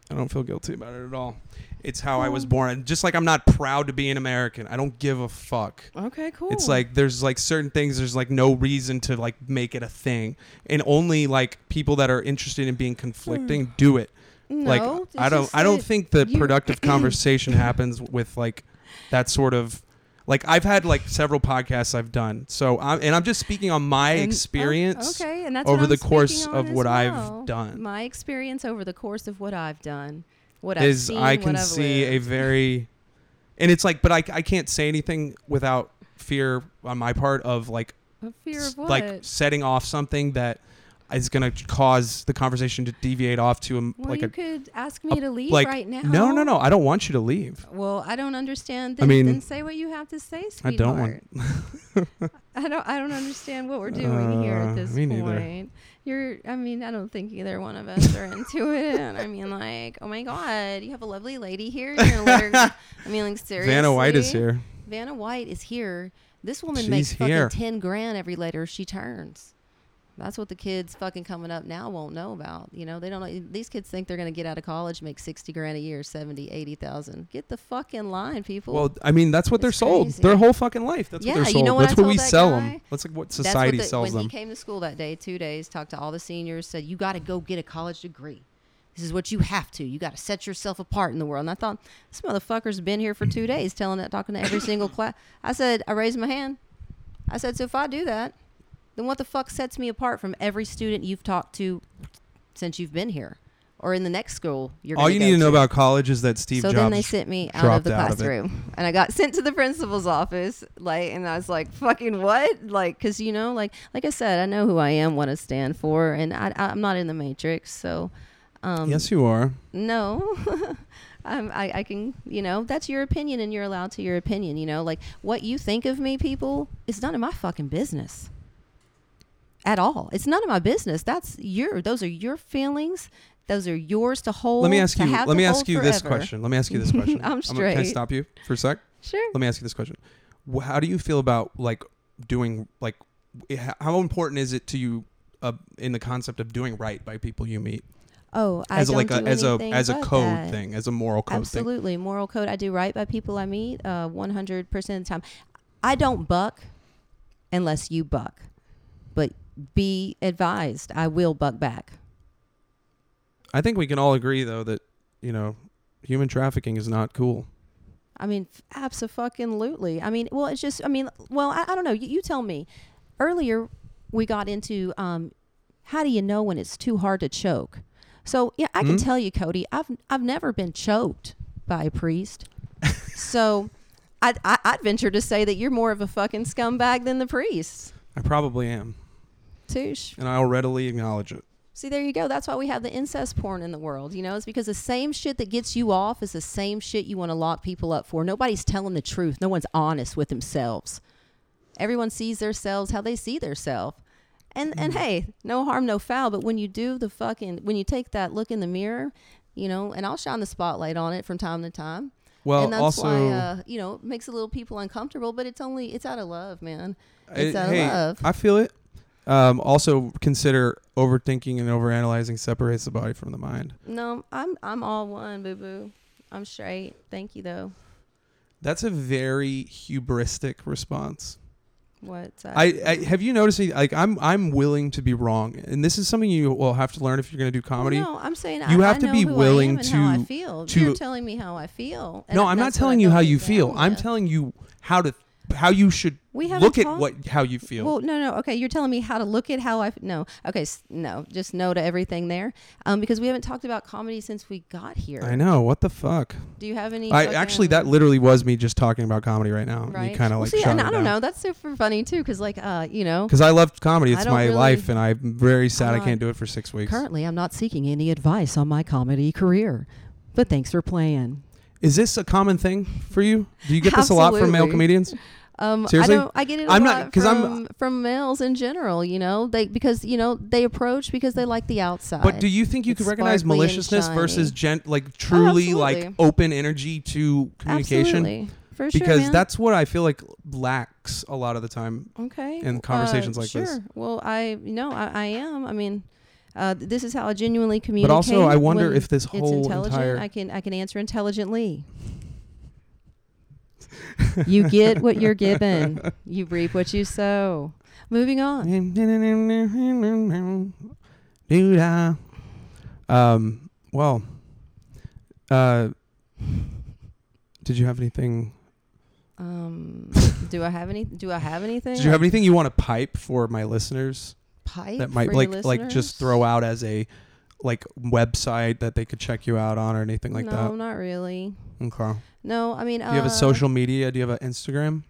[SPEAKER 1] I don't feel guilty about it at all. It's how I was
[SPEAKER 5] Oh.
[SPEAKER 1] born. And Just like I'm not proud to be an American. I don't give a fuck.
[SPEAKER 5] Okay, cool.
[SPEAKER 1] It's like there's like certain things there's like no reason to like make it a thing, and only like people that are interested in being conflicting do it. like
[SPEAKER 5] Hmm. No,
[SPEAKER 1] I
[SPEAKER 5] it's
[SPEAKER 1] don't
[SPEAKER 5] just
[SPEAKER 1] I don't
[SPEAKER 5] that
[SPEAKER 1] think the
[SPEAKER 5] you-
[SPEAKER 1] productive conversation happens with like that sort of like I've had like several podcasts I've done. So I'm and I'm just speaking on my
[SPEAKER 5] And- oh,
[SPEAKER 1] experience.
[SPEAKER 5] okay, and that's
[SPEAKER 1] over
[SPEAKER 5] what I'm
[SPEAKER 1] the course
[SPEAKER 5] speaking
[SPEAKER 1] of
[SPEAKER 5] on
[SPEAKER 1] what
[SPEAKER 5] as
[SPEAKER 1] I've
[SPEAKER 5] well.
[SPEAKER 1] done.
[SPEAKER 5] My experience over the course of what I've done, what
[SPEAKER 1] is
[SPEAKER 5] I've seen,
[SPEAKER 1] I can
[SPEAKER 5] what I've
[SPEAKER 1] see a
[SPEAKER 5] lived.
[SPEAKER 1] very, and it's like, but I, I can't say anything without fear on my part of like
[SPEAKER 5] a fear
[SPEAKER 1] s-
[SPEAKER 5] of what?
[SPEAKER 1] like setting off something that is going to cause the conversation to deviate off to a m-
[SPEAKER 5] well,
[SPEAKER 1] like
[SPEAKER 5] you
[SPEAKER 1] a
[SPEAKER 5] could ask
[SPEAKER 1] a-
[SPEAKER 5] me to leave
[SPEAKER 1] like,
[SPEAKER 5] right now.
[SPEAKER 1] No, no, no. I don't want you to leave.
[SPEAKER 5] Well, I don't understand.
[SPEAKER 1] I
[SPEAKER 5] Then,
[SPEAKER 1] mean,
[SPEAKER 5] then say what you have to say,
[SPEAKER 1] I
[SPEAKER 5] sweetheart.
[SPEAKER 1] don't want.
[SPEAKER 5] I don't. I don't understand what we're doing here
[SPEAKER 1] Uh,
[SPEAKER 5] at this
[SPEAKER 1] me
[SPEAKER 5] point.
[SPEAKER 1] neither.
[SPEAKER 5] You're. I mean, I don't think either one of us are into it. I mean, like, oh my god, you have a lovely lady here. You're gonna let her. I mean, like, Oh, seriously.
[SPEAKER 1] Vanna White is here.
[SPEAKER 5] Vanna White is here. This woman
[SPEAKER 1] She's
[SPEAKER 5] makes fucking
[SPEAKER 1] here.
[SPEAKER 5] ten grand every letter she turns. That's what the kids fucking coming up now won't know about. You know, they don't know. These kids think they're going to get out of college, make 60 grand a year, 70, 80,000. Get the fuck in line, people.
[SPEAKER 1] Well, I mean, that's what they're
[SPEAKER 5] It's
[SPEAKER 1] sold.
[SPEAKER 5] crazy.
[SPEAKER 1] Their whole fucking life. That's
[SPEAKER 5] Yeah,
[SPEAKER 1] what they're
[SPEAKER 5] you
[SPEAKER 1] sold.
[SPEAKER 5] know what I
[SPEAKER 1] that's what
[SPEAKER 5] told
[SPEAKER 1] we
[SPEAKER 5] that
[SPEAKER 1] sell them.
[SPEAKER 5] guy?
[SPEAKER 1] That's like what
[SPEAKER 5] That's what
[SPEAKER 1] society
[SPEAKER 5] the-
[SPEAKER 1] sells
[SPEAKER 5] when
[SPEAKER 1] them.
[SPEAKER 5] he came to school that day, two days, talked to all the seniors, said, "You got to go get a college degree. This is what you have to. You got to set yourself apart in the world." And I thought, this motherfucker's been here for
[SPEAKER 1] Mm.
[SPEAKER 5] two days, telling that, talking to every single class. I said, I raised my hand. I said, so if I do that, then what the fuck sets me apart from every student you've talked to since you've been here, or in the next school you're?
[SPEAKER 1] All
[SPEAKER 5] gonna
[SPEAKER 1] you
[SPEAKER 5] go
[SPEAKER 1] need to know
[SPEAKER 5] to?
[SPEAKER 1] about college is that Steve
[SPEAKER 5] so
[SPEAKER 1] Jobs.
[SPEAKER 5] then they sent me out of
[SPEAKER 1] dropped
[SPEAKER 5] the
[SPEAKER 1] out of it.
[SPEAKER 5] classroom and i got sent to the principal's office like and i was like fucking what like because you know like like i said i know who i am what i stand for and I, I, i'm not in the matrix so um
[SPEAKER 1] yes, you are.
[SPEAKER 5] no I'm, I, I can you know that's your opinion and you're allowed to your opinion you know like what you think of me people is none of my fucking business at all it's none of my business that's your those are your feelings those are yours to hold
[SPEAKER 1] Let me ask
[SPEAKER 5] to
[SPEAKER 1] you.
[SPEAKER 5] have
[SPEAKER 1] Let
[SPEAKER 5] to
[SPEAKER 1] me ask
[SPEAKER 5] hold
[SPEAKER 1] you this
[SPEAKER 5] forever.
[SPEAKER 1] question. Let me ask you this question.
[SPEAKER 5] I'm
[SPEAKER 1] gonna- Can I
[SPEAKER 5] straight.
[SPEAKER 1] stop you for a sec?
[SPEAKER 5] sure
[SPEAKER 1] Let me ask you this question. Wh- How do you feel about like doing like h- how important is it to you uh, in the concept of doing right by people you meet
[SPEAKER 5] Oh, I
[SPEAKER 1] as
[SPEAKER 5] don't
[SPEAKER 1] like a
[SPEAKER 5] do
[SPEAKER 1] as a
[SPEAKER 5] anything
[SPEAKER 1] as a
[SPEAKER 5] but
[SPEAKER 1] code
[SPEAKER 5] that.
[SPEAKER 1] thing, as a moral code
[SPEAKER 5] Absolutely, moral code. I do right by people I meet, uh, one hundred percent of the time. I don't buck unless you buck, but be advised, I will buck back.
[SPEAKER 1] I think we can all agree though that you know human trafficking is not cool.
[SPEAKER 5] I mean, absolutely. I mean, well, it's just, I mean, well, I, I don't know. You, you tell me. Earlier, we got into um, how do you know when it's too hard to choke? So yeah, I can tell you, Cody, I've I've never been choked by a priest. so, I'd, I I'd venture to say that you're more of a fucking scumbag than the priest.
[SPEAKER 1] I probably am,
[SPEAKER 5] Touche.
[SPEAKER 1] and I'll readily acknowledge it.
[SPEAKER 5] See, there you go. That's why we have the incest porn in the world. You know, it's because the same shit that gets you off is the same shit you want to lock people up for. Nobody's telling the truth. No one's honest with themselves. Everyone sees themselves how they see themselves. And and
[SPEAKER 1] Mm.
[SPEAKER 5] hey, no harm, no foul. But when you do the fucking, when you take that look in the mirror, you know, and I'll shine the spotlight on it from time to time.
[SPEAKER 1] Well,
[SPEAKER 5] and that's
[SPEAKER 1] also-
[SPEAKER 5] why uh, you know it makes a little people uncomfortable. But it's only it's out of love, man. It's
[SPEAKER 1] I-
[SPEAKER 5] out
[SPEAKER 1] hey,
[SPEAKER 5] of love.
[SPEAKER 1] I feel it. Um, also consider overthinking and overanalyzing separates the body from the mind.
[SPEAKER 5] No, I'm I'm all one, boo boo. I'm straight. Thank you though.
[SPEAKER 1] That's a very hubristic response.
[SPEAKER 5] What? uh,
[SPEAKER 1] I, I have you noticed like I'm I'm willing to be wrong, and this is something you will have to learn if you're going to do comedy.
[SPEAKER 5] No, I'm saying
[SPEAKER 1] You
[SPEAKER 5] I,
[SPEAKER 1] have
[SPEAKER 5] I
[SPEAKER 1] to
[SPEAKER 5] know
[SPEAKER 1] be
[SPEAKER 5] who I
[SPEAKER 1] willing
[SPEAKER 5] am and how I
[SPEAKER 1] to-
[SPEAKER 5] feel.
[SPEAKER 1] to-
[SPEAKER 5] You're telling me how I feel. and
[SPEAKER 1] No, I'm not
[SPEAKER 5] that's what I
[SPEAKER 1] telling you
[SPEAKER 5] don't
[SPEAKER 1] how you
[SPEAKER 5] agree
[SPEAKER 1] feel.
[SPEAKER 5] with.
[SPEAKER 1] I'm telling you how to how you should
[SPEAKER 5] We haven't
[SPEAKER 1] look at
[SPEAKER 5] talked-
[SPEAKER 1] what how you feel.
[SPEAKER 5] Well, no, no. Okay, you're telling me how to look at how I f- no. Okay, s- no, just no to everything there, um, because we haven't talked about comedy since we got here.
[SPEAKER 1] I know what the fuck.
[SPEAKER 5] Do you have any?
[SPEAKER 1] I
[SPEAKER 5] fucking-
[SPEAKER 1] actually that literally was me just talking about comedy right now.
[SPEAKER 5] right?
[SPEAKER 1] You kind of
[SPEAKER 5] Well,
[SPEAKER 1] like
[SPEAKER 5] see, and I don't know. That's super funny too, because like, uh, you know,
[SPEAKER 1] Because I loved comedy.
[SPEAKER 5] I
[SPEAKER 1] It's
[SPEAKER 5] don't
[SPEAKER 1] my
[SPEAKER 5] really-
[SPEAKER 1] life, and I'm very sad I
[SPEAKER 5] I'm
[SPEAKER 1] can't
[SPEAKER 5] not-
[SPEAKER 1] do it for six weeks.
[SPEAKER 5] currently I'm not seeking any advice on my comedy career, but thanks for playing.
[SPEAKER 1] Is this a common thing for you? Do you get this a lot from male
[SPEAKER 5] Absolutely.
[SPEAKER 1] comedians?
[SPEAKER 5] Um,
[SPEAKER 1] Seriously?
[SPEAKER 5] I don't. I get it. i
[SPEAKER 1] I'm
[SPEAKER 5] I'm
[SPEAKER 1] not-
[SPEAKER 5] not
[SPEAKER 1] 'cause
[SPEAKER 5] because
[SPEAKER 1] I'm-
[SPEAKER 5] I'm from males in general. You know, they because you know they approach because they like the outside.
[SPEAKER 1] But do you think you
[SPEAKER 5] It's
[SPEAKER 1] could recognize
[SPEAKER 5] sparkly and
[SPEAKER 1] maliciousness
[SPEAKER 5] shiny. Oh,
[SPEAKER 1] versus gen- like truly like
[SPEAKER 5] absolutely.
[SPEAKER 1] open energy to communication?
[SPEAKER 5] Absolutely. For sure,
[SPEAKER 1] Because
[SPEAKER 5] man.
[SPEAKER 1] that's what I feel like lacks a lot of the time.
[SPEAKER 5] okay Uh,
[SPEAKER 1] in conversations like
[SPEAKER 5] sure.
[SPEAKER 1] this.
[SPEAKER 5] Well, I you know I, I am. I mean, uh, th- this is how I genuinely communicate.
[SPEAKER 1] But also, I wonder
[SPEAKER 5] when
[SPEAKER 1] if this
[SPEAKER 5] it's
[SPEAKER 1] whole
[SPEAKER 5] intelligent.
[SPEAKER 1] entire
[SPEAKER 5] I can I can answer intelligently. you get what you're given. You reap what you sow. Moving on.
[SPEAKER 1] Do-da. Um, well, uh, did you have anything?
[SPEAKER 5] Um, do I have any? Do I have anything?
[SPEAKER 1] Did you have anything you want to pipe for my listeners
[SPEAKER 5] pipe
[SPEAKER 1] that might
[SPEAKER 5] for
[SPEAKER 1] like
[SPEAKER 5] your
[SPEAKER 1] like just
[SPEAKER 5] listeners?
[SPEAKER 1] throw out as a like website that they could check you out on or anything like
[SPEAKER 5] no,
[SPEAKER 1] that?
[SPEAKER 5] not really.
[SPEAKER 1] Okay.
[SPEAKER 5] No, I mean,
[SPEAKER 1] Do you have
[SPEAKER 5] uh,
[SPEAKER 1] a social media? Do you have an Instagram?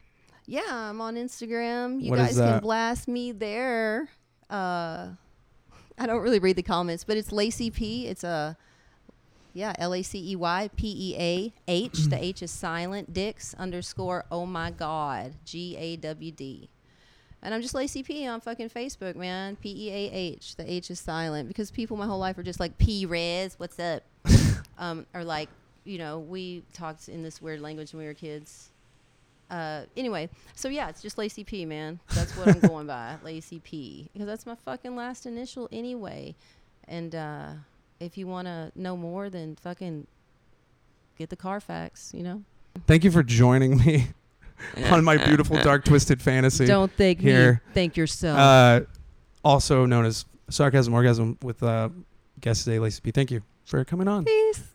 [SPEAKER 5] Yeah, I'm on Instagram. You
[SPEAKER 1] What is
[SPEAKER 5] guys
[SPEAKER 1] that?
[SPEAKER 5] can blast me there. Uh, I don't really read the comments, but it's Lacey P. It's a yeah, L A C E Y P E A H. The H is silent. Dix underscore. Oh my God. G A W D. And I'm just Lacey P on fucking Facebook, man. P E A H. The H is silent because people my whole life are just like P Rez. What's up? um, or like, you know, we talked in this weird language when we were kids. Uh, anyway, so yeah, it's just Lacey P, man. That's what I'm going by, Lacey P, because that's my fucking last initial anyway. And uh, if you want to know more, then fucking get the Carfax, you know.
[SPEAKER 1] Thank you for joining me on my beautiful dark twisted fantasy.
[SPEAKER 5] Don't think
[SPEAKER 1] here.
[SPEAKER 5] me, think yourself.
[SPEAKER 1] uh, also known as sarcasm orgasm with uh, guest today, Lacey P. Thank you for coming on.
[SPEAKER 5] Peace.